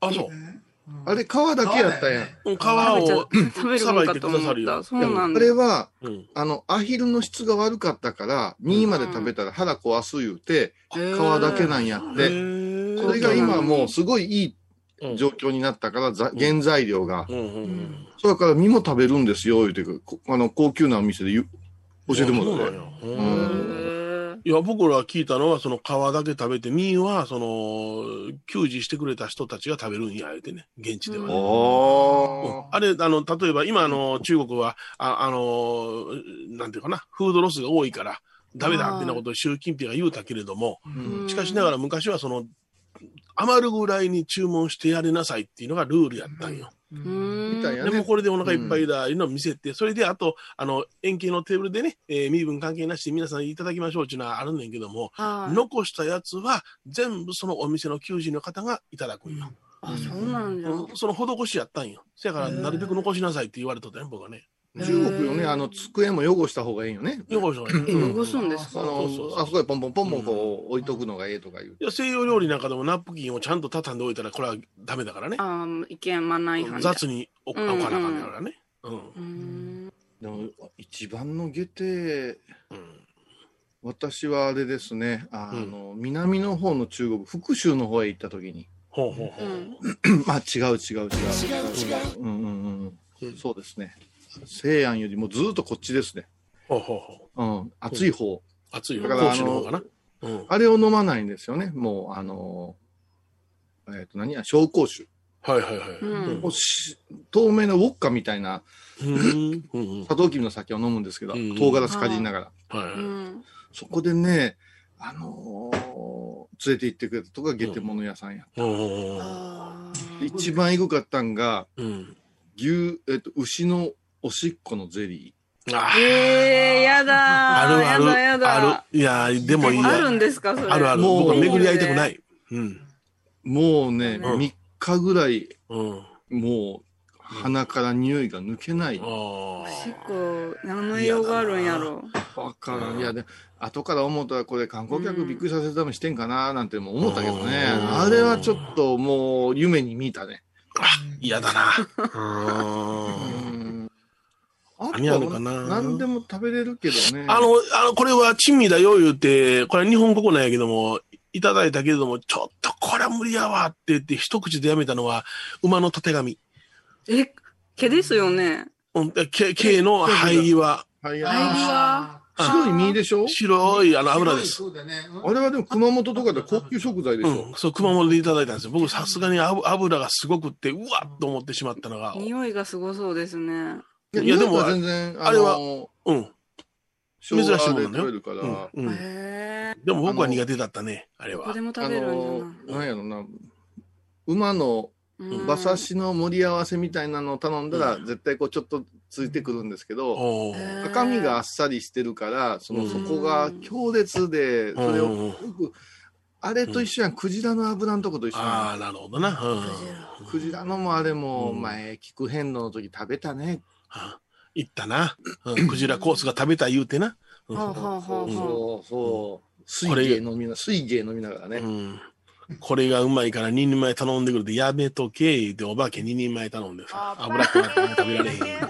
D: あ、そう。
A: ね
C: あれ、皮だけやったやん。
D: うん皮
B: 食べちゃ
D: を、
B: 食べるもんかと思
D: さばいてくださ
B: っ
D: る
B: た。
D: よ
B: そうなん
C: あ
B: だ。
C: れは、
D: うん、
C: あの、アヒルの質が悪かったから、2位まで食べたら腹壊す言うて、皮だけなんやって。
D: へー
C: それが今もうすごいいい
D: うん
C: 状況になったから、ざ原材料が。
D: うんうんうん
C: それから身も食べるんですよ、言うてく、こあの、高級なお店で言う教えてもら
D: あ
C: っ
D: そう
C: て。
D: なんや
B: へ
C: うん
B: ー
D: いや、僕ら聞いたのは、その皮だけ食べて、ミーは、その、給仕してくれた人たちが食べるんや、言うてね、現地ではね。うん
C: おー。
D: あれ、あの、例えば、今、あの、中国は、ああの、なんていうかな、フードロスが多いから、ダメだ、ってなことを習近平が言うたけれども、
C: うん
D: しかしながら昔は、その、余るぐらいに注文してやりなさいっていうのがルールやったんよ。
B: う
A: うん
B: ん
C: みたいな
D: でも
C: ね。
D: これでお腹いっぱいだ、いうのを見せて、それであと、あの、円形のテーブルでね、えー身分関係なしで皆さんいただきましょうっていうのはあるんだけども、
B: はい
D: 残したやつは全部そのお店の給仕の方がいただくんよ。
B: あ、そうなんだ。
D: その施しやったんよ。せやから、なるべく残しなさいって言われとったね、僕はね。
C: 中国よね、あの、机も汚した方がいいよね。
D: よこしょ
B: え、
D: ね。
B: 汚すんです
C: あ
B: か
C: の
D: そうそう、そう
C: あそこでポンポンポンポンこう置いとくのがええとか言う。
D: いや西洋料理なんかでもナプキンをちゃんと畳んでおいたら、これはダメだからね。
B: あー、いけまないは
D: 雑に置かなあかんからね。うん。
B: うん。
C: でも、一番の下手、
D: うん
C: 私はあれですね、あ
D: うん
C: の、南の方の中国、福州の方へ行った時
D: [laughs]
C: に、
D: ほうほうほ
B: う
D: う。
B: ん
C: まあ違う違う違う。違う違う。うんうんうんうん。そうですね。西安よりもずっとこっちですね。
D: ほうほうほう。
C: うん、暑い方。
D: 熱いよ。
C: だから
D: 講師の方かな。うん。
C: あれを飲まないんですよね。もう、あのー、えっ、と、何や、紹興酒。
D: はいはいはい。
B: うん
C: もうし透明のウォッカみたいな、
D: うん。うん。
C: サトウキビの酒を飲むんですけど、
D: うん
C: 唐辛子かじりながら。
D: はいはい。
C: そこでね、あのー連れて行ってくれたとこがゲテモノ屋さんや。
D: うん
B: あ
C: で
B: ー
C: 一番エグかったんが、
D: うん。
C: 牛、えっ、と、牛のおしっこのゼリ
D: あー
B: えー、やだ
D: あ
B: ー。
D: るある。
B: やだやだ。
D: ある。いやー、でもいいや。
B: あるんですか、それ。
D: あるある。
C: もう
D: 僕は巡り合いたくない。うん。
C: ー。もうね、
D: うん
C: 3日ぐらい、
D: うん。
C: もう、鼻から匂いが抜けない。
D: あ
B: おしっこ、何の栄養があるんやろ。
C: わからん。いや、で、後から思ったら、これ観光客びっくりさせるためにしてんかな、なんても思ったけどね。
D: うん
C: あれはちょっともう、夢に見たね。
D: 嫌だ
C: [laughs]
D: な。うーん
C: あ
D: 何やるかな
C: 何でも食べれるけどね。
D: あの、あの、これは珍味だよ言うて、これは日本国なんやけども、いただいたけれども、ちょっとこれは無理やわって言って、一口でやめたのは、馬のたてがみ。
B: え、毛ですよね。
D: うん、け、けの灰際。
C: はい、
A: あ
B: 入りは
A: ー
C: 白い身でしょ
D: 白い、あの、油です。
A: 白いそうだね。
C: あれはでも熊本とかで高級食材でし
D: う
C: ょ
D: ん、。そう、熊本でいただいたんですよ。僕、さすがに油油がすごくって、うわっと思ってしまったのが、
B: 匂いがすごそうですね。
D: うん
C: いや、
D: いや
C: で
D: で
C: も
D: も
C: 全然、
D: あれは
C: の、
D: うん、
C: 珍
D: 珍
C: し
D: し
C: い
D: い
C: もので
D: ものね
C: 食べるか
D: うん
C: ら、、
D: うん。
B: へー
D: でも僕は苦手だったね、あれ
B: どこ
D: は
B: で。も食
C: あ
B: べるん
C: の、なんやろな、馬の
B: じゃない。
D: うん
C: 馬刺しの盛り合わせみたいなのを頼んだら、絶対こうちょっとついてくるんですけど、
D: おー
B: へー
C: 赤身があっさりしてるから、その
D: うん
C: そこが強烈で、それを
D: うん
C: よく、あれと一緒やん、クジラの油のとこと一緒
D: あ
C: や
D: あ、なるほどな。うん
C: ん。クジラのもあれも、
D: うん
C: 前、菊遍路の時食べたね。
D: あ行ったな。うんクジラコースが食べた言うてな。うん
B: はあはあはあ
C: そう
B: は
C: そうそう。水
D: これ
C: 芸飲みな、水芸飲みながら
D: う
C: ね。
D: んこれがうまいから2人前頼んでくるって、やめとけ、言うてお化け2人前頼んでさ、油っこなっても食べられへん。
B: あ。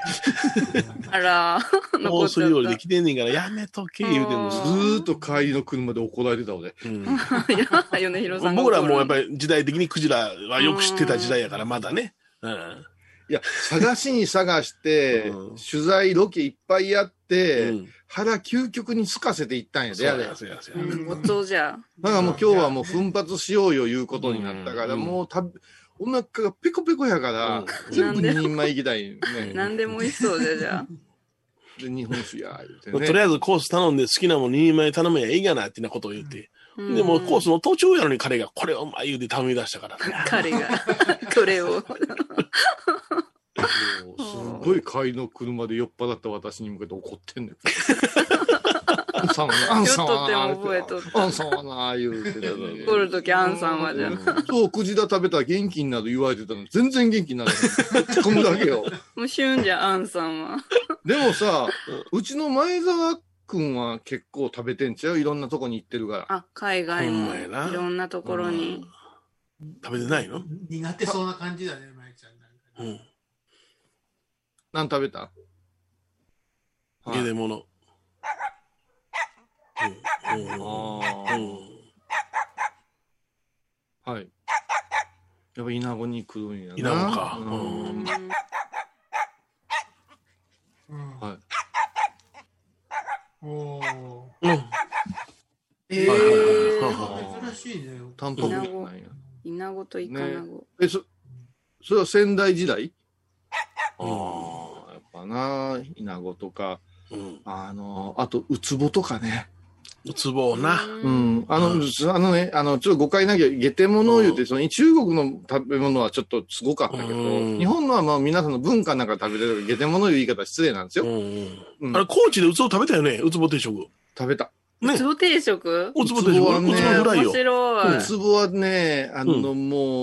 B: あら、残
D: コー
B: っち
D: ス
B: ゃ
D: 料理
B: っ
D: で来てんねんから、やめとけ、言うても
C: ず
D: ず
C: ーっと帰りの車で怒られてた
D: [laughs]
C: 俺。
D: うん
B: た。いや、米広さんが怒
D: 僕
B: る
D: らもやっぱり時代的にクジラはよく知ってた時代やから、まだね。うん。
C: いや、探しに探して、
D: うん
C: 取材、ロケいっぱいやって、
D: うん
C: 腹究極にすかせていったんや
D: そ
C: で、
D: う
C: や
D: や
C: で。
D: ね
C: だか
D: そうやそう
B: う
D: や
B: ん、ごちそうじゃ。
C: らもう今日はもう奮発しようよいうことになったから、
D: うん
C: もうたお腹がペコペコやから、
D: うん
C: 全部2人前行きたいね。
B: 何でも美味しそうじゃ、じゃ
C: で、日本酒や、言
D: と
C: うて
D: り
C: ね。
D: あえずコース頼んで好きなもん2人前頼めやいいがなってなことを言って。
B: あ。
D: でもコー
B: ス。
D: スの途中やのに彼がこれをうまい言うて頼み出したからね。
B: 彼が、これを。
C: もうすごい帰りの車で酔っ払った私に向けて怒って
B: [laughs]
C: んのよ。あんさんはな、あんさんはな、
B: 酔っとっても覚えとっ
C: あんさんはな、言うてたのに
B: 怒るとき、アンさんはじゃあ。
C: そう、クジラ食べたら元気になる言われてたの。全然元気にならない。突っ込むだけよ。
B: もう、シュンじゃ、アンさんは。
C: でもさ、うちの前澤くんは結構食べてんちゃういろんなとこに行ってるから。
B: あ、海外
D: ほん
B: も、
D: まやない
B: ろんなところに。
D: 食べてないの
A: 苦手そうな感じだね、マイク
D: うん。
C: 何食べたは
D: ゲ
C: い
D: デモノ。うん。うん
C: あ
D: うん。
C: あ。はい。やっぱ稲子に来るんやな。
D: 稲穂か
C: う
D: うん
C: ん
B: うん
A: うん
C: は
A: おー
D: うん。
A: え
D: はい
A: ー
D: はい
C: はいはい
A: 珍しいね。
C: タンパク質なんや。
B: イナゴとイカナゴ。
C: え、そ、それは仙台時代
D: う
C: ああ、やっぱな、稲子とか、
D: うん。
C: あの、あと、ウツボとかね。
D: ウツボな。
C: う
B: うん
C: ん。あの、
D: うん
C: あのね、あの、ちょっと誤解なきゃ、ゲテモノを言う
D: う
C: て、
D: ん
C: その、中国の食べ物はちょっとすごかったけ
D: う
C: ど、
D: ん
C: 日本のはまあ皆さんの文化の中で食べてるから、ゲテモノいう言い方は失礼なんです
D: う
C: よ。
D: ん。
C: う
D: うんんあれ、高知でウツボ食べたよね。ウツボ定食。ね。
C: 食べた。
B: ウツボ定食
D: ウツボ定
C: ウ
D: 食。
C: ツボは
D: ウ
C: ね
D: ツボフライ
B: 面
D: よ。
B: 白い
C: ウ。ツボはね、あの、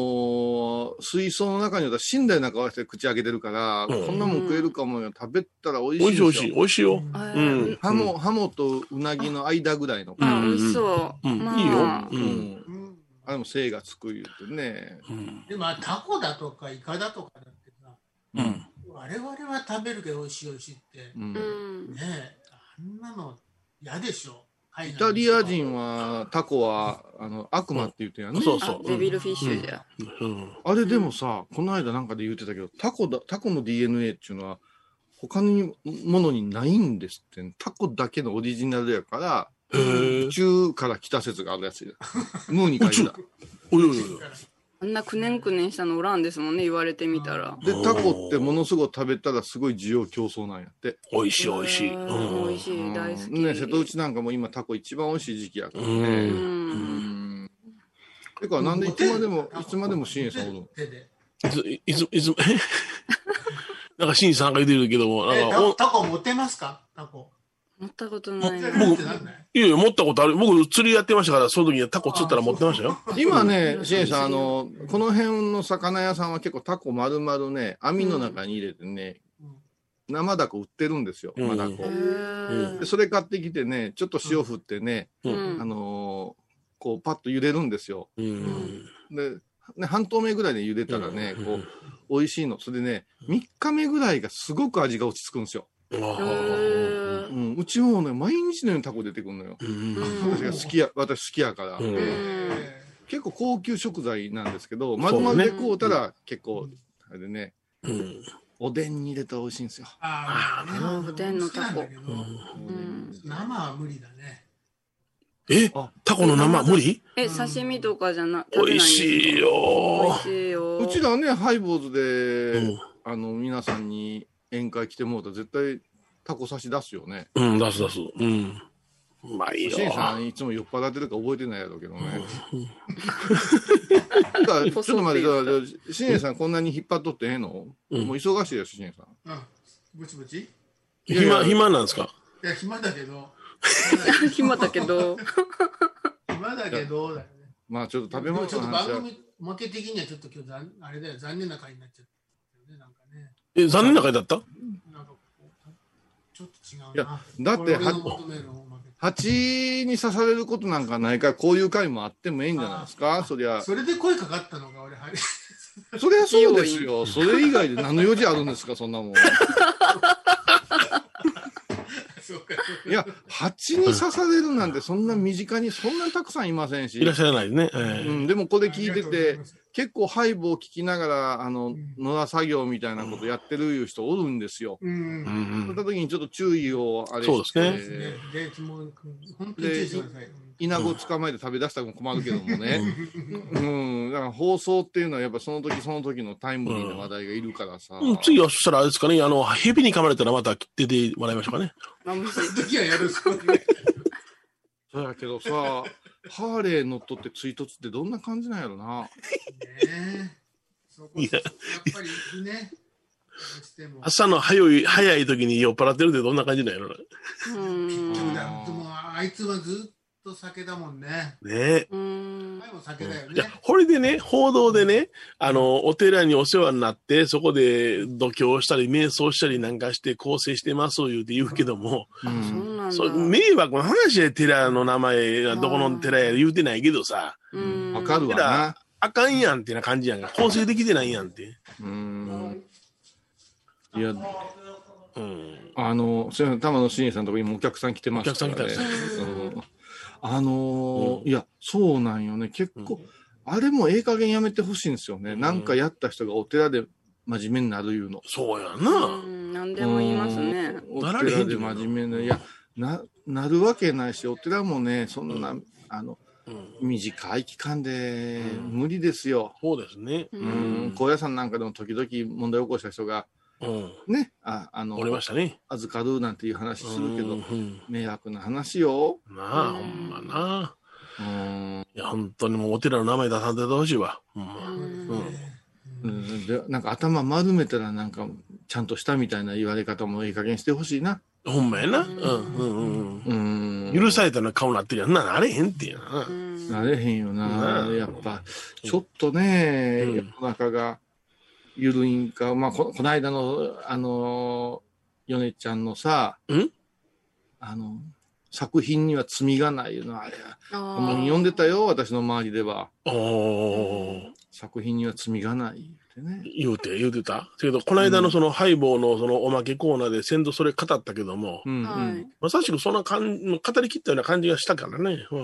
C: もう、水槽の中にいたら死んだような顔して口開けてるから、
D: うん
C: こんなもん食えるかもよ。食べたら美味しい
D: 美
C: ん
D: 味
C: で
D: し
C: す
D: い美
C: よ。
D: 味しい。美味しいよ。
B: あ
D: う
B: ー
D: ん。
C: ハモ、ハモとウナギの間ぐらいの。
B: あ、
D: うん
B: 美味しそう。
D: うん
B: ま
D: いいよ
B: あ
C: う
D: うん
C: ん。
A: うん
C: あれも精がつく言うてね。
D: うん。
A: でもタコだとかイカだとかだってさ、
D: うん。
A: 我々は食べるけど美味しい美味しいって、
C: う
A: ね
C: ん
B: うん。
A: え、あんなの嫌でしょ。
C: イタリア人
A: は
C: はタコは、あの、悪魔って言うてんやね。
D: そう
B: あ
D: そ、う。
B: デビルフィッシュじゃ。
D: うん。
C: あれでもさ、この間なんかで言うてたけど、タコだ、タコの DNA っていうのは、他にものにないんですって、タコだけのオリジナルやから、
D: へえ
C: 宇。宙から来た説があるやつ
D: [laughs]
C: や。ムーに書いてた。
D: おいおいおい
A: い
B: あんなくねんくねんしたのおらんですもんね、言われてみたら。
C: で、タコってものすごい食べたらすごい需要競争なんやって。
D: 美味しい美味しい。
B: うん美味し
C: うん
B: い、大好き。
C: ね、瀬戸内なんかも今タコ一番美味しい時期やからね。
B: う
D: うん
B: ん。
C: てか、なんでいつまでも、いつまでも支援さんおるの
A: 手で。
D: いつ、いつ、いつ、 [laughs] なんか、シンさんが言ってるけども、
A: え
D: なんか、
A: タ
D: お
A: タコ持てますかタコ。
B: 持ったことないな。
A: 持てるってなんない
D: いやいや、持ったことある。僕、釣りやってましたから、その時にタコ釣ったら持ってましたよ。
C: 今
B: う
C: ね、
B: ん
C: 支援さん、あの、この辺の魚屋さんは結構タコ丸々ね、網の中に入れてね、
A: うん
C: 生ダコ売ってるんですよ、
D: うん
C: マダコ
B: へ。
D: う
B: ー
C: で、それ買ってきてね、ちょっと塩振ってね、
D: う
B: うん
C: あのーこう、パッと茹でるんですよ。
D: うん。
C: で、ね、半透明ぐらいで茹でたらね、
D: うん
C: こう、美味しいの。それでね、3日目ぐらいがすごく味が落ち着くんですよ。
D: うん。
B: うー
C: うんん、うちもね、毎日のようにタコ出てくるのよ。
D: うん。
C: 私が好きや、私好きやから。
D: うん
B: うん
A: え
C: 結構高級食材なんですけど、
D: ね
C: 丸々でこうたら結構
A: う、
C: あれでね、
D: うん。
C: おでんに入れたら美味しいんですよ。
A: あー
B: あーおでんのタコ
A: 好きなんだけど
B: ん
A: 生は無理だね。
D: え
C: あ
D: タコの生無理
B: え、刺身とかじゃな、食べないんで
D: 美味
B: すか
D: しいよ
B: 美味しいよ。
C: うちらね、ハイボー
D: う
C: ズで
D: ん、
C: あの、皆さんに宴会来てもうたら絶対タコ差し出すよね。
D: うん、出す出す。うん。うまいよ
C: シ。ンさんいつも酔っ払ってるか覚えてないやろうけどね。 [laughs] だからちょっと待って、シンさんこんなに引っ張っとってええのもう
D: うん
C: 忙しいよ、シンさん。
A: うん。ぼちぼち
C: いやい
D: 暇、
C: や
D: 暇なんですか
A: いや、暇だけ
B: [laughs]
A: ど。
B: 暇だけど。
A: 暇だけどだよね。
C: まあちょっと食べ
A: でも
C: 物
A: ちょっと
C: の話
A: 番
C: は。
A: 組、おまけ的にはちょっと今日残、あれだよ、残念な回になっちゃったよね、なんかね。
D: え、残念な回だった
A: なんかこう、ちょっと違
C: いうや
A: な。
C: だって
A: 俺の求めるおまけ
C: 蜂に刺されることなんかないから、こういう回もあってもええんじゃないですかそりゃ。
A: それで声かかったのが俺、はい。
C: そりゃそうですよ。それ以外で何の用事あるんですか、そん [laughs] なもん。い
A: そうか。
C: や、蜂に刺されるなんて、そんな身近に、そんなにたくさんいませんし。
D: いらっしゃらないね。え
C: う
D: ー
C: ん、でもこれ聞いて
A: ありがとうござい
C: て
A: ま、す、
C: 結構ハイボを聞きながら、あの
A: ん、
C: 野田作業みたいなことやってるいう人おるんですよ。
A: う。
D: うん
C: そういっ
D: ん。
C: た時にちょっと注意をあれして。
D: そうですね
A: ですね。で、もう、本当に注意してください。うん
C: 稲子捕まえて食べ出したら困るけどもね。うん。だから放送っていうのはやっぱその時その時のタイムリーな話題がいるからさ。
D: うん、次はそしたらあれですかね、あの、蛇に噛まれたらまた出てもらいましょうかね。
B: まあ、もし
A: その時はやるしかない。
C: そうやけどさ、ハーレー乗っ取って追突ってどんな感じなんやろな。
A: ねえ。そこ、
D: い
A: やっ
D: や
A: ぱりね。どうしても。
D: 朝の早い、早い時に酔っ払ってるってどんな感じなんやろな。
B: う
A: で
B: ん。
A: もあいつはずっと酒だもんね。
D: ね
B: うん。
A: 前も酒だよ
D: い
A: ね
D: や。、これでね、報道でね、あの、お寺にお世話になって、そこで度胸したり、瞑想したりなんかして、構成してます、言うて言うけども、
C: う
B: そ
C: ん。
B: うなんだ。
D: そう迷惑の話で寺の名前がどこの寺や言うてないけどさ、
B: うん
C: わかるわな。
D: あかんやんってな感じやんか。構成できてないやんって。
C: うーん。いや、
D: うん。
C: あの、すいません、玉野真也さんのとこ今お客さん来てましたから
D: お
C: ね
D: 客さん。
C: うんあのー
D: うん
C: いや、そうなんよね。結構、あれもええ加減やめてほしいんですよね。
D: うん
C: なんかやった人がお寺で真面目になるいうの。
D: そうや
B: う
D: な。
B: ん、何でも言いますね。
C: うんお
D: なられへ
C: 寺
D: ん
C: で
D: で
C: 真面目な、いや、な、なるわけないし、お寺もね、そんな、あの、
D: うん。
C: 短い期間で
D: うん
C: 無理ですよ。
D: そうですね。
B: う
C: うんん、高野山なんかでも時々問題起こした人が、
D: うん。
C: ね、ああの
D: 折れましたね。
C: 預かるなんていう話するけど、
D: うん
C: 迷惑な話よ。
D: なあ、
B: うん
D: ほんまな。
C: うん、
D: いや、本当にもうお寺の名前出さんといてほしいわ。ほんまうん。
C: うんでなんか頭丸めたらなんかちゃんとしたみたいな言われ方もいい加減してほしいな。
D: ほんまやな。
B: う
D: うんん、うん、うん。
C: うん、
D: 許されたような顔になってるやんな。なれへんってやな。
B: うん
C: なれへんよな、
D: うん
C: やっぱちょっとね、
D: うん
C: 世の中が緩いんか、まあ、ここの間のあのヨネちゃんのさ、
D: ん
C: あの作品には罪がないいうのあれ
B: あ
C: もう
B: ー
C: 読んでたよ私の周りでは
D: おー。
C: 作品には罪がないってね
D: 言うて、言うてた。けど、この間のその、ハイボーのそのおまけコーナーで先祖それ語ったけども、
C: うんうん、
B: はい。
D: まさしくそんな感じ、語り切ったような感じがしたからね。うん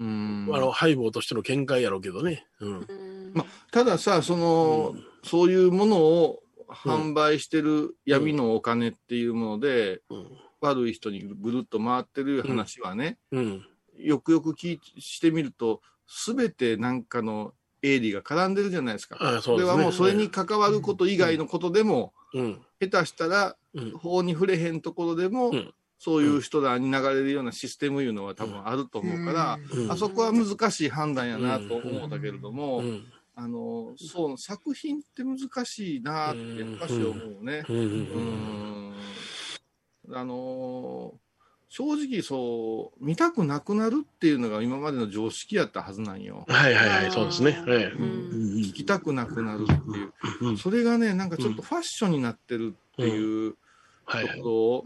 C: うん
D: あの、ハイボーとしての見解やろうけどね。うん。
C: またださその、そういうものを販売してる闇のお金っていうもので、
D: うん
C: 悪い人にぐるっと回ってる話はね、
D: うん。
C: よくよく聞いしてみると、すべてなんかの営利が絡んでるじゃないですか。
D: あそ
C: そう
D: で
C: れ
D: すね。
C: はもうそれに関わること以外のことでも、
D: うん。
C: 下手したら
D: うん。
C: 法に触れへんところでも、
D: うん
C: そういう人らに流れるようなシステムいうのは多分あると思うから、
D: うん
C: あそこは難しい判断やなと思うんだけれども、
D: うん。
C: あのそう作品って難しいなってやっぱし思うね。
D: うん。う。
C: うんんあのー正直そう見たくなくなるっていうのが今までの常識やったはずなんよ。
D: はいはいはい、そうですね。ええ
B: う
D: うんん
C: 聞きたくなくなるっていう、
D: うん
C: それがねなんかちょっとファッションになってるっていう
D: は
C: と
D: い
C: ころを、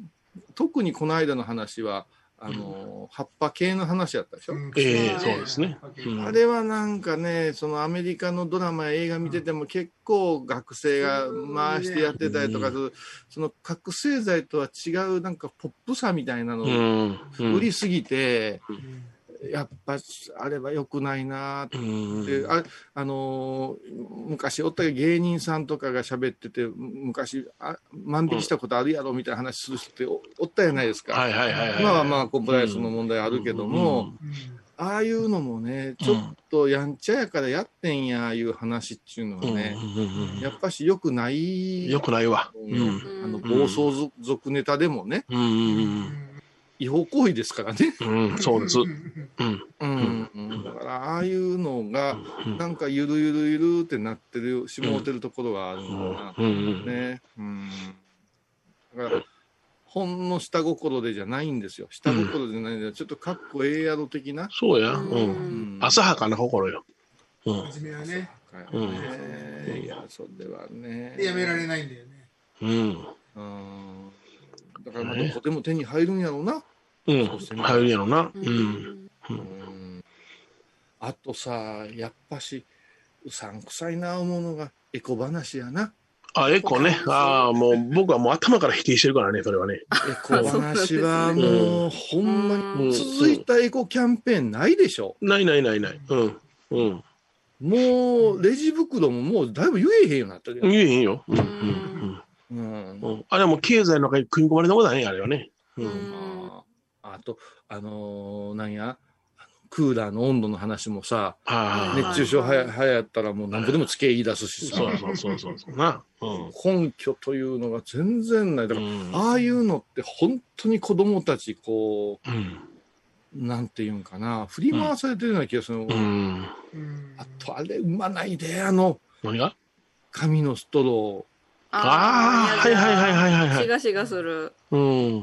C: 特にこの間の話はあのー葉っぱ系の話やったでしょ。
D: ええそうですね。うん
C: あれはなんかね、そのアメリカのドラマや映画見てても結構学生が回してやってたりとかする、その覚醒剤とは違うなんかポップさみたいなの
D: う
C: を
D: ん。うん
C: 売りすぎて、やっぱあれは良くないなって。
D: うん。
C: ああのー昔おった芸人さんとかが喋ってて昔あ万引きしたことあるやろみたいな話する人っておおったじゃないですか、
D: はいはいはいはい。
C: 今はまあコンプライアンスの問題あるけども、ああいうのもねちょっとちょっとやんちゃやからやってんやいう話っていうのは
D: うん、
C: ね、
D: うん
C: やっぱし良くない
D: よくないわ。
C: う
D: うんん。
C: あの
B: うん
C: 暴走族ネタでもね
D: うんうん
C: 違法行為ですからね、
D: うん。うん、そうです。うん。
C: うんだからああいうのが
D: うん
C: なんかゆるゆるゆるってなってるしもうてるところがある
D: うん
C: だな、
D: ん。うん。
C: ね、うん、だからほんの下心でじゃないんですよ下心じゃないんだよちょっとかっこええやろ的な、
D: そうや。うん。
C: うん
D: 浅はかな心よ。うん。
A: 初めはね、
D: うん
C: ねいやそれはね
A: でやめられないんだよね。
D: うん。
C: うんだからまあどこでも手に入るんやろうな。
D: うん。入るやろな。うん。
C: うんあとさ、やっぱし、うさんくさいな思うのが、エコ話やな。
D: あ、エコね。ああ、もう僕はもう頭から否定してるからね、それはね。
C: エコ話はもう、ほんま
D: う
C: に
D: ん
C: 続いたエコキャンペーンないでしょ。
D: ないないないない。うん。うん。
C: もう、レジ袋ももうだいぶ言えへんようになったけど
D: 言。えへんよ。うん。う
B: うん
D: ん。
C: うん
D: うん。うん。あれはもう経済の中に組み込まれたことだね、あれはね。うん。
C: あーあと、あのーなんや、あのクーラーの温度の話もさ、
D: ああ。
C: 熱中症はやはやったらもうなんぼでもつけ言い出すしさ。
D: そうそうそうそうそうな。うん。
C: 根拠というのが全然ない。だ
D: う
C: から、
D: ん
C: ああいうのって本当に子供たち、こ
D: うん。
C: う、なんていうんかな、振り回されてるような気がするの。
D: うん。
C: あと、あれ、産まないで、あの、
D: 何が
C: 紙のストロ
D: ああ、はいはいはいはいはいは
B: シ
D: い。
B: ガシガする。
D: うん。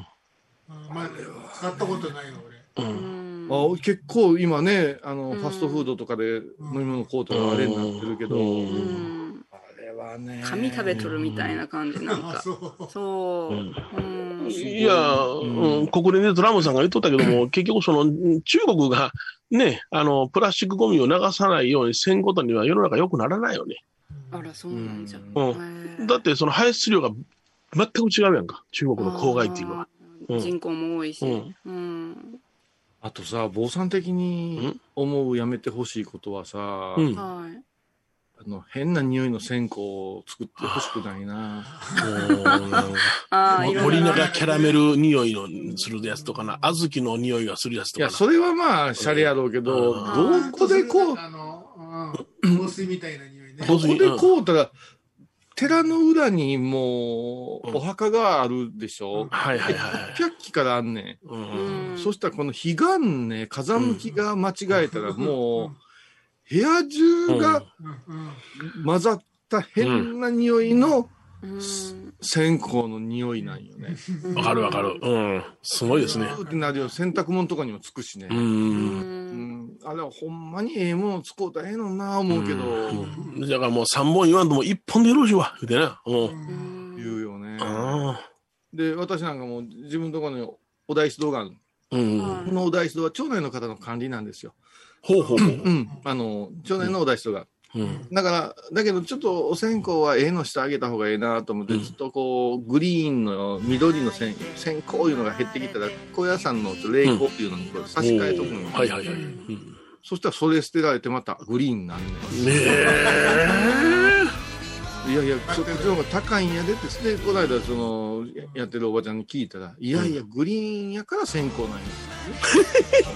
A: まあ、使ったことないわ、俺。
D: う。
B: うんん
C: ー。あ結構今ね、あの、
B: うん
C: ファストフードとかで飲み物買うとかあれになってるけど、
D: うん
B: うん
C: あれはね。
B: 紙食べとるみたいな感じなん
A: あ
B: か。
A: そう。
B: そうう。
D: ん
B: うん
D: いや、うん、国連でトランプさんが言っとったけども、結局その、中国がね、あの、プラスチックゴミを流さないようにせんことには世の中良くならないよね。
B: あら、そうなんじゃ。
D: うんだって、その排出量が全く違うやんか。中国の郊外っていうのは。
B: は
D: うん
B: 人口も多いし。
D: うん
B: うん。
C: あとさ、坊さん的に思うやめてほしいことはさ、
D: うん。も
B: はい。
C: あの変な匂いの線香を作ってほしくないな。
D: うなんか
B: ああ、いろいろ
D: 森永キャラメル匂いのするやつとかな、小豆の匂いがするやつ
C: い
D: とか
C: や、
D: な。
C: それはまあ、シャレやろうけど、
D: う
C: ど
D: ん
C: こでこう、
A: あの、うん、香水みたいな匂いね。
D: 香
C: ど
D: 水
C: こでこうたら、寺の裏にも
D: う
C: うんお墓があるでしょ。
D: はいはいはい。
C: 100基からあんねん。
D: う
B: うん
D: ん。
C: そしたらこの彼岸ね、風向きが間違えたらもう、部屋中が
A: うんうん
C: 混ざった変な匂いの
B: うん
C: 線香の匂いなんよね。
D: わかるわかる。うん。すごいですね。
C: うーってなるよ。洗濯物とかにもつくしね
D: う。。
B: うんん。
C: うんあれはほんまにええもの使うたらええのにな思うけど、
D: うんだからもう3本言わんとも1本でよろしいわ。みたいな。も
B: う
D: う。
B: ん
C: 言うよね。
D: あ
C: で、私なんかもう自分のところにお大師堂がある。
D: あ。うん。
B: はい
C: このお大師堂は町内の方の管理なんですよ。
D: ほうほうほう。
C: うん。あの、町内のお大師堂が。
D: うん。
C: だから、だけどちょっとお線香はええのしてあげた方がええなと思って、
D: うん
C: ずっとこう、グリーンの緑の線線香いうのが減ってきたら、高野山の霊香っていうのにこう差し替えとくのよ、
D: はいはいはい。うん
C: そしたらそれ捨てられてまたグリーンになんね
D: ねえ。
C: んいやいや、そっちの方が高いんやでって、で、この間その、ややってるおばちゃんに聞いたら、いやいや、グリーンやから線香なんや。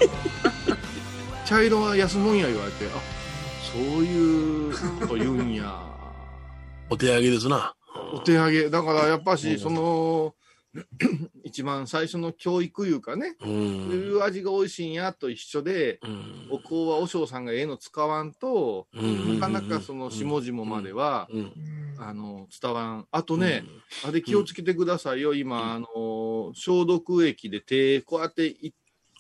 D: [laughs]
C: 茶色は安もんや言われて、あ、そういうこと言うんや。
D: お手上げですな。
C: お手上げ。だからやっぱ
D: うん
C: し、その、 [clears throat] 一番最初の教育いうかね、
D: う。
C: こうんいう味が美味しいんやと一緒で、
D: うん
C: お香はお尚さんがええの使わんと、
D: うん
C: なかなかその下々までは、
D: うん。
C: あの、伝わん。あとね、あれ気をつけてくださいよ、今、あの、消毒液で手、こうやってい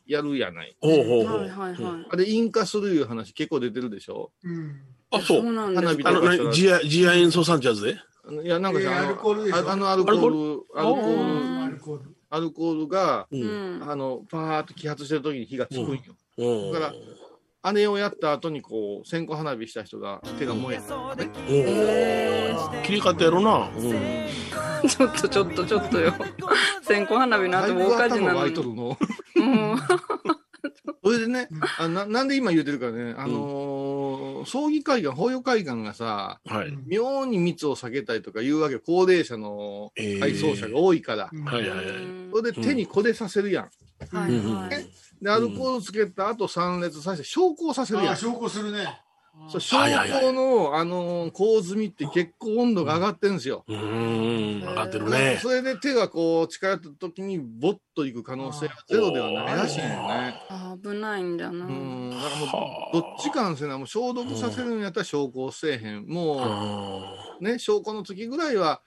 C: やるやない。
D: ほうほうほ。
B: はいはいうはい。
C: あれ、引火するいう話結構出てるでしょ
A: うん
D: あ、そ
B: そう
D: う。
B: なんですか
D: あの、何ジア、ジア演奏産地やつで
C: あのいや、なんか
A: い
C: さ、
A: や
C: あの
A: アルコールでしょ
C: ああのアルコール、アルコール、
B: うん
A: アルコール。
C: アルコールが、
D: う。
B: うんん。
C: あの、パーッと揮発してる時に火がつくんよ。
D: うん。
C: だからあれをやった後にこう、線香花火した人が手が燃えた。
D: おお。切り替えてやろうな。うん。
B: ちょっとちょっとちょっとよ。線香花火の
C: だい
B: 後、
C: ぶ
B: 大火事
C: 頭
B: なの
C: 湧い
B: に
C: と。るの。
B: もう
C: それでね、あななんで今言うてるかね、あのー葬儀会館、法要会館がさ、
D: は
A: う
D: い。
A: ん
C: 妙に密を避けたりとかいうわけよ、高齢者の
D: えー
C: 配送者が多いから。
A: うん
D: はいはいはい。
C: それで手にこれさせるやん。
B: はいは
C: え
B: い。
C: で、アルコールつけた後3列させて昇降させる
A: あ
C: や
A: あ、
C: ん。
A: 証拠するね。
C: そう昇降の、あのー、構図見って結構温度が上がってるんですよ。
D: うーん。上がってるね。
C: それで手がこう近寄った時にボッと行く可能性はゼロではないらしいんよね。
B: あ危ないんだな。
C: うん、だからもうどっちかなんせな、もう消毒させるんやったら証拠をせえへん。も
D: あ
C: うね、証拠の時ぐらいは、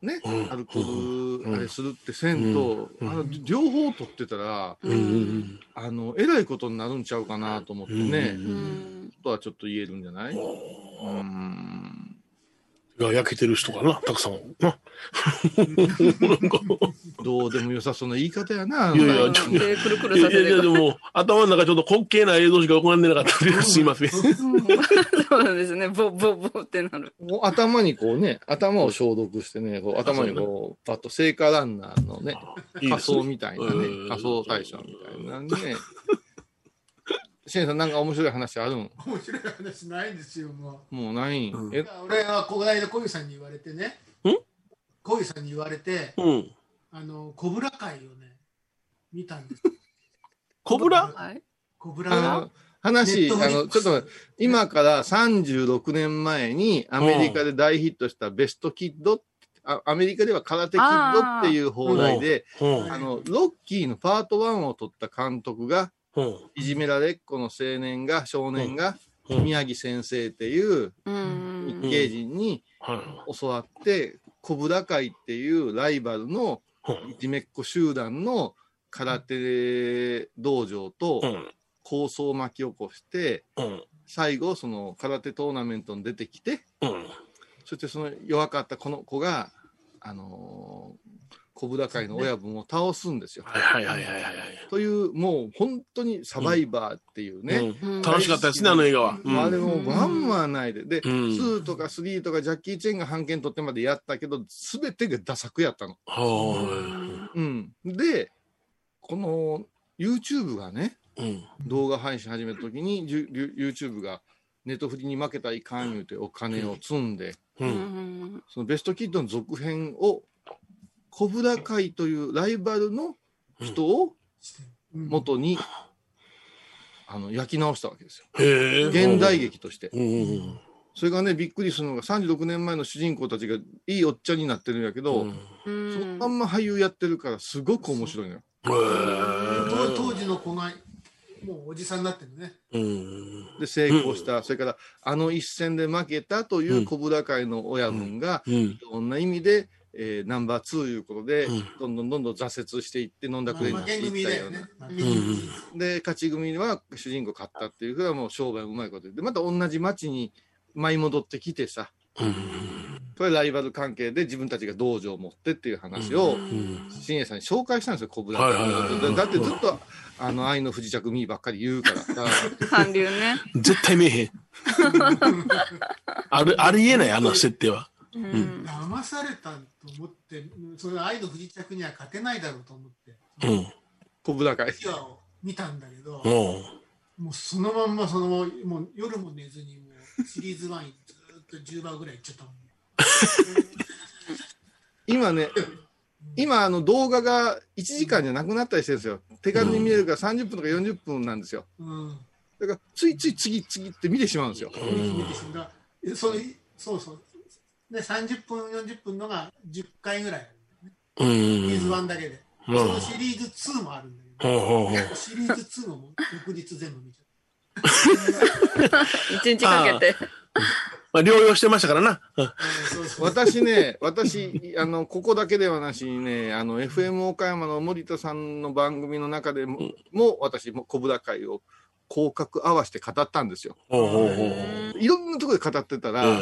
C: ね、
D: うん
C: アルコー
D: うん
C: ル、あれするってせんと、
D: うん
C: あの、両方取ってたら、
D: ーうんうん
C: あの、えらいことになるんちゃうかなと思って
D: うん。
C: ね、
B: う
D: ね。
B: ん。
C: ことはちょっと言えるんじゃないうん。
D: が焼けてる人かな、たくさん。ななんか
C: どうでも良さそうな言い方やな。
D: いやいや
C: あの
D: ちょっと
B: 手くるく
D: い
B: る
D: や
B: さ
D: いや
B: せ
D: い
B: て
D: や、でも、頭の中ちょっと滑稽な映像しか行われなかったんで、すいません。
B: そうなんですね。ボボボってなる。
C: もう頭にこうね、頭を消毒してね、こう頭にこう、パッと聖火ランナーのね、
D: いいで
C: 仮
D: すね
C: 装みたいなね
D: うん、
C: 仮装大賞みたいなね。シェンさん、なんか面白い話あるん
A: 面白い話ないんですよ、も
C: もうないん、
D: うん
C: え
A: う。俺はこないだ小木さんに言われてね。
D: ん
A: 小木さんに言われて、
D: うん。
A: あの、コブラ会をね、見たんです。
D: コブラ
B: はい。
A: コブ
C: あ
A: ラ
C: の、話、あ
A: ネットフリ
C: の、
A: ッ
C: ちょ
A: ク
C: っ
A: ス
C: と待って、今から36年前にアメリカで大ヒットしたベストキッド、あアメリカでは空手キッドっていう放題で、
D: うん。
C: あの、ロッキーのパート1を取った監督が、
D: うん。
C: いじめられっ子の青年が、少年が、
D: うん
C: 宮城先生っていう
B: うん。
C: 日系人に
D: は
C: 教わって、コブラ会っていうライバルの
D: い。
C: いじめっ子集団の空手道場
D: う
C: と
D: ん。
C: 抗争を巻き起こして、
D: うん。
C: 最後、その空手トーナメントに出てきて、
D: うん。
C: そしてその弱かったこの子が、あのー小札会の親分を倒すんですよ。
D: はいはいはいはいは
C: という、もう本当にサバイバーっていうね。
D: い。ね、楽しかったですね、あの映画は。うん
C: あれもワンはないで。で、
D: うん
C: 2とか3とかジャッキー・チェンが判件取ってまでやったけど、すべてが打作やったの。
D: は
C: うん。で、この YouTube がね、
D: い。うん。
C: 動画配信始めた時に、じゅ YouTube がネットフリに負けたらいかん言うてお金を積んで、
B: う
D: う。
B: んん
C: そのベストキッドの続編を、小札会というライバルの人を
A: うん
C: 元に、あの、焼き直したわけですよ。
D: へえ。
C: 現代。劇として。
D: うんうん
C: それがね、びっくりするのが36年前の主人公たちがいいおっちゃんになってるんやけ
D: う
C: ど、
D: ん。へ
C: そのま
B: うん
C: んま俳優やってるからすごく面白いのよ。
A: 当当
D: え。
A: 時の子がもうおじさんになってるね。
D: うん。
C: で、成功した。それから、あの一戦で負けたという小札会の親分が、
D: うん。
C: どんな意味で、えーナンバー2いうことで、
D: うん
C: どんどんどんどん挫折していって、飲んだ
A: まあ
C: くれにな
A: 負
C: って
A: け
C: い
A: 組
C: った
A: だ
C: よ
A: よ
C: うな。
A: ね。
D: ん
C: で、勝ち組は主人公勝ったっていうふうはもう商売うまいことで、また同じ町に舞い戻ってきてさ、これライバル関係で自分たちが道場を持ってっていう話を、
D: うん。
C: 新栄さんに紹介したんですよ、小倉
D: はいはいはいはい
C: だってずっと、あの、愛の不時着みばっかり言うから
D: [laughs]
C: さ、
B: 韓流ね。
D: 絶対見えへん。あれ、ありえない、あの設定は。
B: うん
A: 騙されたと思って、うんそれは愛の不時着には勝てないだろうと思って、
D: うん。
C: 小倉会。
A: 秘話を見たんだけど、
D: おう
A: もうそのまんまそのままもう夜も寝ずにもうシリーズワインずーっと10番ぐらいいっちゃったもん、ね。
C: 今ね、今、あの、動画が1時間じゃなくなったりしてるんですよ。手軽に見れるから30分とか40分なんですよ。
A: うん。
C: だから、ついつい次々って見てしまうんですよ。
A: 見て死んだ。えそれそうそう。で30分40分のが10回ぐらい。
D: うん。
A: シリーズ
D: うん。
A: 1だけで。
D: う
A: そ
D: ん
A: のシリーズ2もあるんだけ
D: ほうほうほう。
A: ど、シリーズ2ももう翌日全部見ちゃっ
B: 一日かけて。
D: まあ、療養してましたからな。うん
A: た。うんそうそう
C: 私ね、私、あの、ここだけではなしにね、あの、FM 岡山の森田さんの番組の中でも、も私も小倉会を広角合わせて語ったんですよ。
D: ほうほうほう。
C: いろんなところで語ってたら、
D: え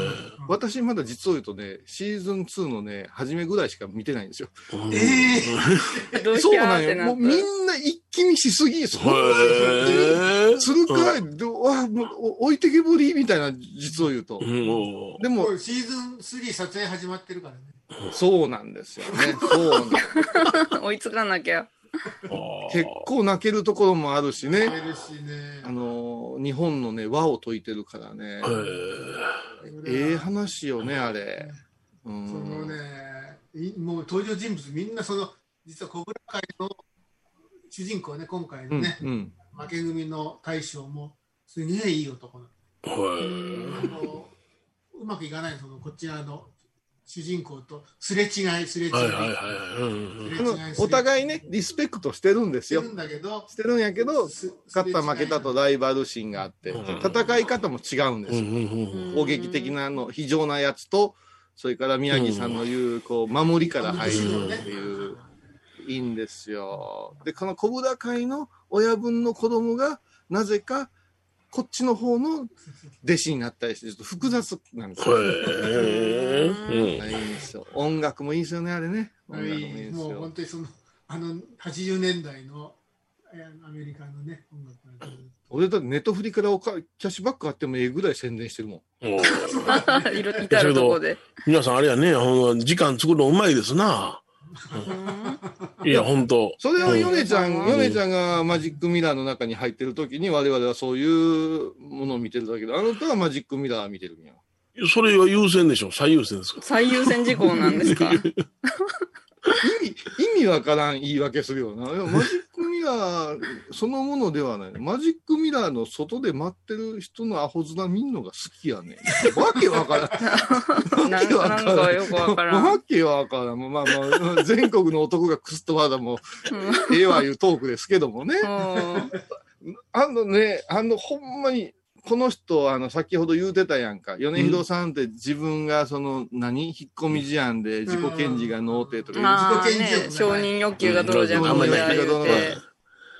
C: 私まだ実を言うとね、シーズン2のね、初めぐらいしか見てないんですよ。
A: ええ
B: ド
C: [laughs] そ
B: ヒ
C: う
B: ャー
C: なん
B: って
C: よ。
B: な
C: も
B: っ
C: う
B: た
C: みんな一気見しすぎ、そんなに
D: へえ。
C: するかい、でわもうお置いてけぼりみたいな、実を言うと
D: う。ん。おう
C: でも
A: も、うシーズン3撮影始まってるからね。
C: そうなんですよね。そうなん
B: 追いつかなきゃ。
D: おう
C: 結構泣けるところもあるしね。
A: 見れるしね
C: あ。のー日本のね、和を解いてるからね。ええ話よね、あれ。う
A: その
C: ん。
A: ね、いもう登場人物みんなその、実は小倉会の主人公ね、今回
C: う
A: の
C: ん
A: ね、
C: うん。
A: 負け組の大将も、すげえいい男な
D: へえ。
A: の。あのうまくいかないそのこちらの主人公とすれ違いすれ違い、
D: はいはいはい。うんうんうん
C: あのお互いね、リスペクトしてるんで
A: し
C: す
A: て
C: よ
A: る。んだけど
C: してるんやけど、
A: す
C: 勝った負けたとライバル心があって、
D: うん
C: 戦い方も違うんです
D: う
C: よ。
D: んうんうん。
C: 攻撃的なあの、非常なやつと、それから宮城さんの言う、こう、守りから入るっていう、いいんですよ。で、この小札会の親分の子供が、なぜか、こっちの方の弟子になったりして、ちょっと複雑なんですよ。
D: へえ。
C: いいんですよ。音楽もいいですよね、あれね。音楽もいい
A: い
C: です
A: いもう
C: よ
A: 本。当にそのあの80年代のえーアメリカのね音楽なんだけど
C: 俺だってネットフリからおかキャッシュバックあってもええぐらい宣伝してるもん。
D: うんおう
B: いろ至るとこで。
D: 皆さんあれやね、ほんま時間作るのうまいですな。いや、ほんと。
C: それをヨネちゃん、
B: うん
C: ヨネちゃんがマジックミラーの中に入ってる時に我々はそういうものを見てるだけで、あなたはマジックミラー見てるんや。
D: それは優先でしょ最優先ですか
B: 最優先事項なんですか。
C: 意味、意味わからん言い訳するよな。いやマジックミラーそのものではない。マジックミラーの外で待ってる人のアホ面見んのが好きやねん。わけわからん。
B: なんなんかよくわからん。
C: わけわからん。まあまあ、全国の男がクスとわだも、ええわいうトークですけどもね。
B: うん
C: あのね、あの、ほんまに、この人、あの、先ほど言うてたやんか。米広さんって自分が、その、何引っ込み思案で自己顕示が脳底とか、
B: ああ
A: 自己顕示欲
B: ね、
A: が
B: 承認欲求が泥じゃん
C: うん
B: この時
C: 承認
B: 代
C: 欲求が
B: 言
C: 泥
B: う
C: だ
B: て。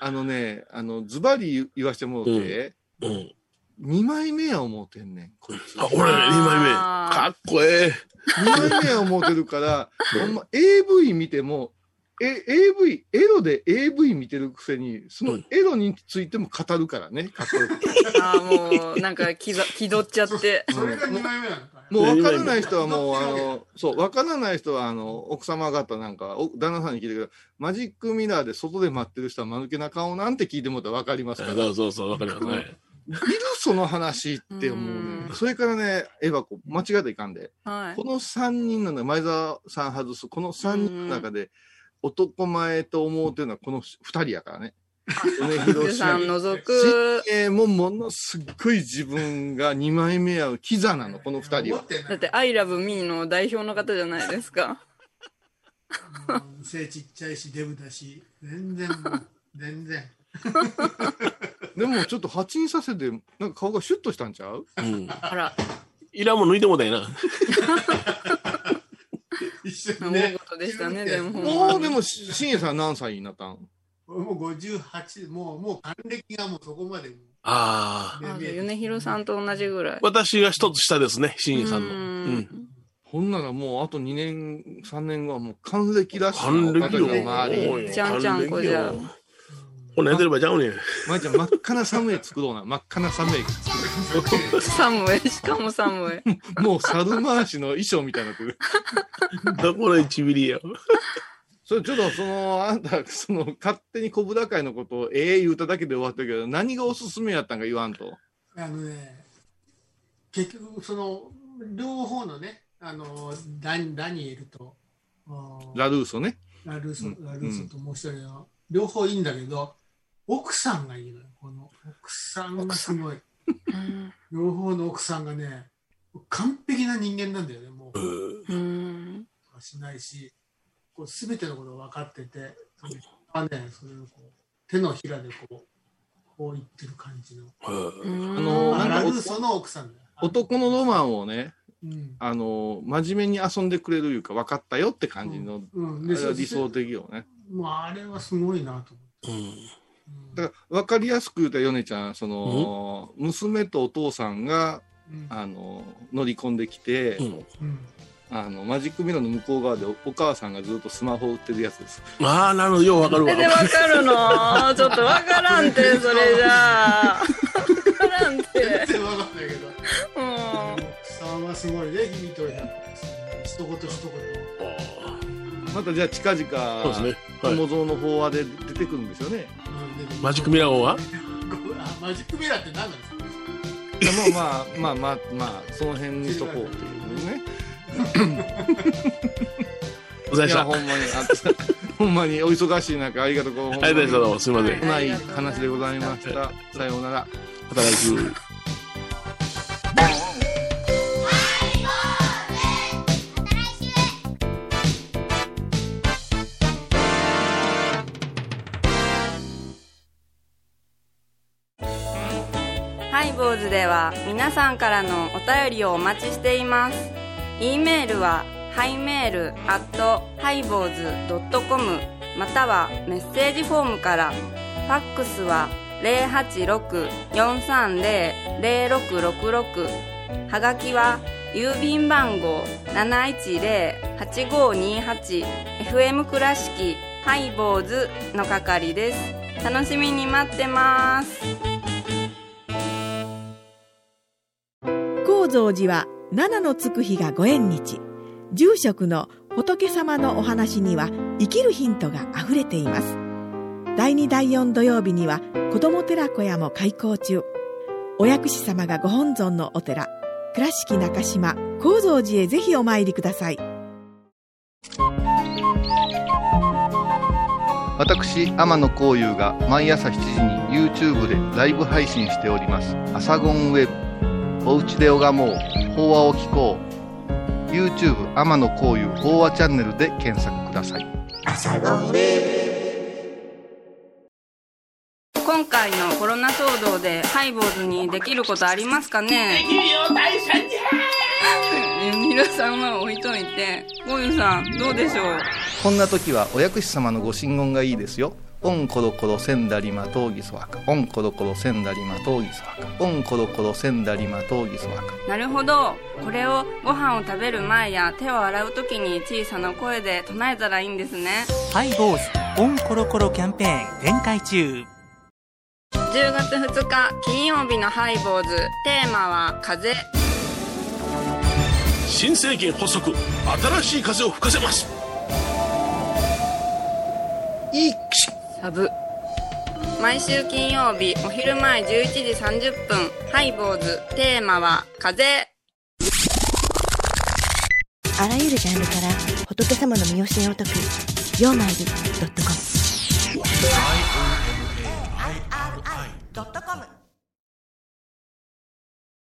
C: あのね、あの、ズバリ言わしてもうて、
D: うん。
C: 二枚目や思うてんねん、こいつ。
D: あ、俺、二枚目。
B: あー
D: かっこえ
C: 二枚目や思うてるから、ほんま、AV 見ても、え、AV、エロで AV 見てるくせに、そのエロについても語るからね、かっこよく。
B: ああ、もう、なんか気ざ、気取っちゃって。
A: それが2枚目なのか
C: もう分からない人はもう、あの、そう、分からない人は、あの、奥様方なんか、お旦那さんに聞いてるけど、マジックミラーで外で待ってる人は間抜けな顔なんて聞いてもらったら分かりますから、い
D: [laughs] そうそうそう、わかりますね。
C: るその話って思う
B: う
C: ね。
B: ん
C: それからね、エヴァ子、間違えていかんで、
B: はい
C: こ。の3人なんだ、前澤さん外す、この3人の中で、男前と思うてるのはこの2人やからね。米
B: ゆう
C: 広
B: さん
C: 島
B: 除く、
C: えー、もうものすっごい自分が2枚目やキザなの、この2人
A: 持
C: は
A: っ。てな
B: だ
A: い
B: って、I love me の代表の方じゃないですか。
A: うん背ちっちゃいしデブだし全然もう全然
C: でもちょっと八にさせて、なんか顔がシュッとしたんちゃう
D: うん。
B: あら、
D: いらんもん抜いてもうたんやな。
A: 一緒
B: 大
A: にね
B: 事でしたね、でも。
C: も
B: ほ
C: うんで
B: まに
C: も、ししんやさん何歳になったん
A: 俺もう58もうもう還暦がもうそこまで
D: あ
B: あ
D: あ。
B: じゃあ米広さんと同じぐらい。
D: 私が一つ下ですね、しんさんの。
B: う
D: うん。
C: ほんならもうあと2年、3年後はもう還暦らしい。
D: 還暦よ。
C: まり。
D: おい
B: ちゃんちゃんこじゃ
D: 還暦よこんなんやってればちゃ
B: [laughs]
D: うねん。
C: まいちゃん、真っ赤なサムエ作ろうな。真っ赤なサムエ。
B: 寒い、しかも寒い。
C: もう猿回しの衣装みたいになってる。
D: どこの1ミリや。
C: それちょっとその、あんた、その、勝手に小倉会のことをええ言うただけで終わってるけど、何がおすすめやったんか言わんと。
A: あのね結局その両方のねあのダニダニエルとあー
C: ラルーソね。
A: ラルーソ
C: うん
A: ラルーソともう一人の両方いいんだけど奥さんがいいのよこの奥さんがすごい両方の奥さんがね完璧な人間なんだよねもう
B: うん。
A: はしないし、こう全てのことが分かってて、そのまあね、それをこう手のひらでこう、こう言ってる感じの。
B: うん
C: あの
A: あ
C: なんか
A: ラルーソの奥さんだよ。
C: 男のロマンをね、
A: うん。
C: あの、真面目に遊んでくれるいうか、分かったよって感じの、
A: うん、
C: あ
A: で
C: れは理想
A: そ
C: 的よね。
A: もうあれはすごいなと思って。
C: だから、分かりやすく言うたら、ヨネちゃん、その、娘とお父さんが、
A: うん。
C: あの、乗り込んできて、
D: うん。
A: うん。
C: あの、マジックミラーの向こう側でおお母さんがずっとスマホを売ってるやつです。
D: ああ、なるほど。ようわかる
B: そ
D: わ
B: れ。でわかるのちょっとわからんて、それじゃあ。わからんて
A: 全。然分かんないけど。
B: も
A: 奥さんはすごいね、ひみとりさん。一言一言。
C: またじゃあ、近々、
D: そうですね。はい。
C: 友蔵の法話で出てくるんですよね。
D: マジックミラー号は
A: ー。あマジックミラーって何なんですか
C: まあまあまあまあまあその辺にしとこうというね。
D: お疲れ
C: い
D: 様
C: やほんまにあ [laughs] ほんまにお忙しい中ありがとうござい
D: ありがとうございましたどう
C: ま
D: も。すみません。
C: す。ない話でございました。さようなら。
D: 働く。
B: う、ハイボーズでは皆さんからのお便りをお待ちしています。e メールは、ハイメールアットハイボーズドットコムまたはメッセージフォームから、ファックスは086-430-0666はがきは郵便番号 710-8528FM 倉敷ハイボーズの係です楽しみに待ってます
I: 高蔵寺は七のつく日がご縁日住職の仏様のお話には生きるヒントがあふれています第2第4土曜日には子ども寺小屋も開校中お薬師様がご本尊のお寺倉敷中島・高蔵寺へぜひお参りください
J: 私天野幸雄が毎朝7時に YouTube でライブ配信しております「アサゴンウェブ」「おうちで拝もう法話を聞こう」YouTube 天野幸雄法話チャンネルで検索ください
B: 今回のコロナ騒動でハイボーズにできることありますかねできるよ [laughs] 大三じゃ皆さんは置いといてゴユさんどうでしょう
J: こんな時はお薬師様のご神言がいいですよオンコロコロセンダリマトウギソワカオンコロコロセンダリマトウギソワカオンコロコロセンダリマトウギソワカ
B: なるほどこれをご飯を食べる前や手を洗う時に小さな声で唱えたらいいんですね
H: ハイボーズオンコロコロキャンペーン展開中
B: 10月2日金曜日のハイボーズテーマは風
D: 新政権発足新しい風を吹かせます
B: いいサブ毎週金曜日お昼前11時30分ハイボーズテーマは風
K: あらゆるジャンルから仏様の身教えを解く「曜マイルドットコム」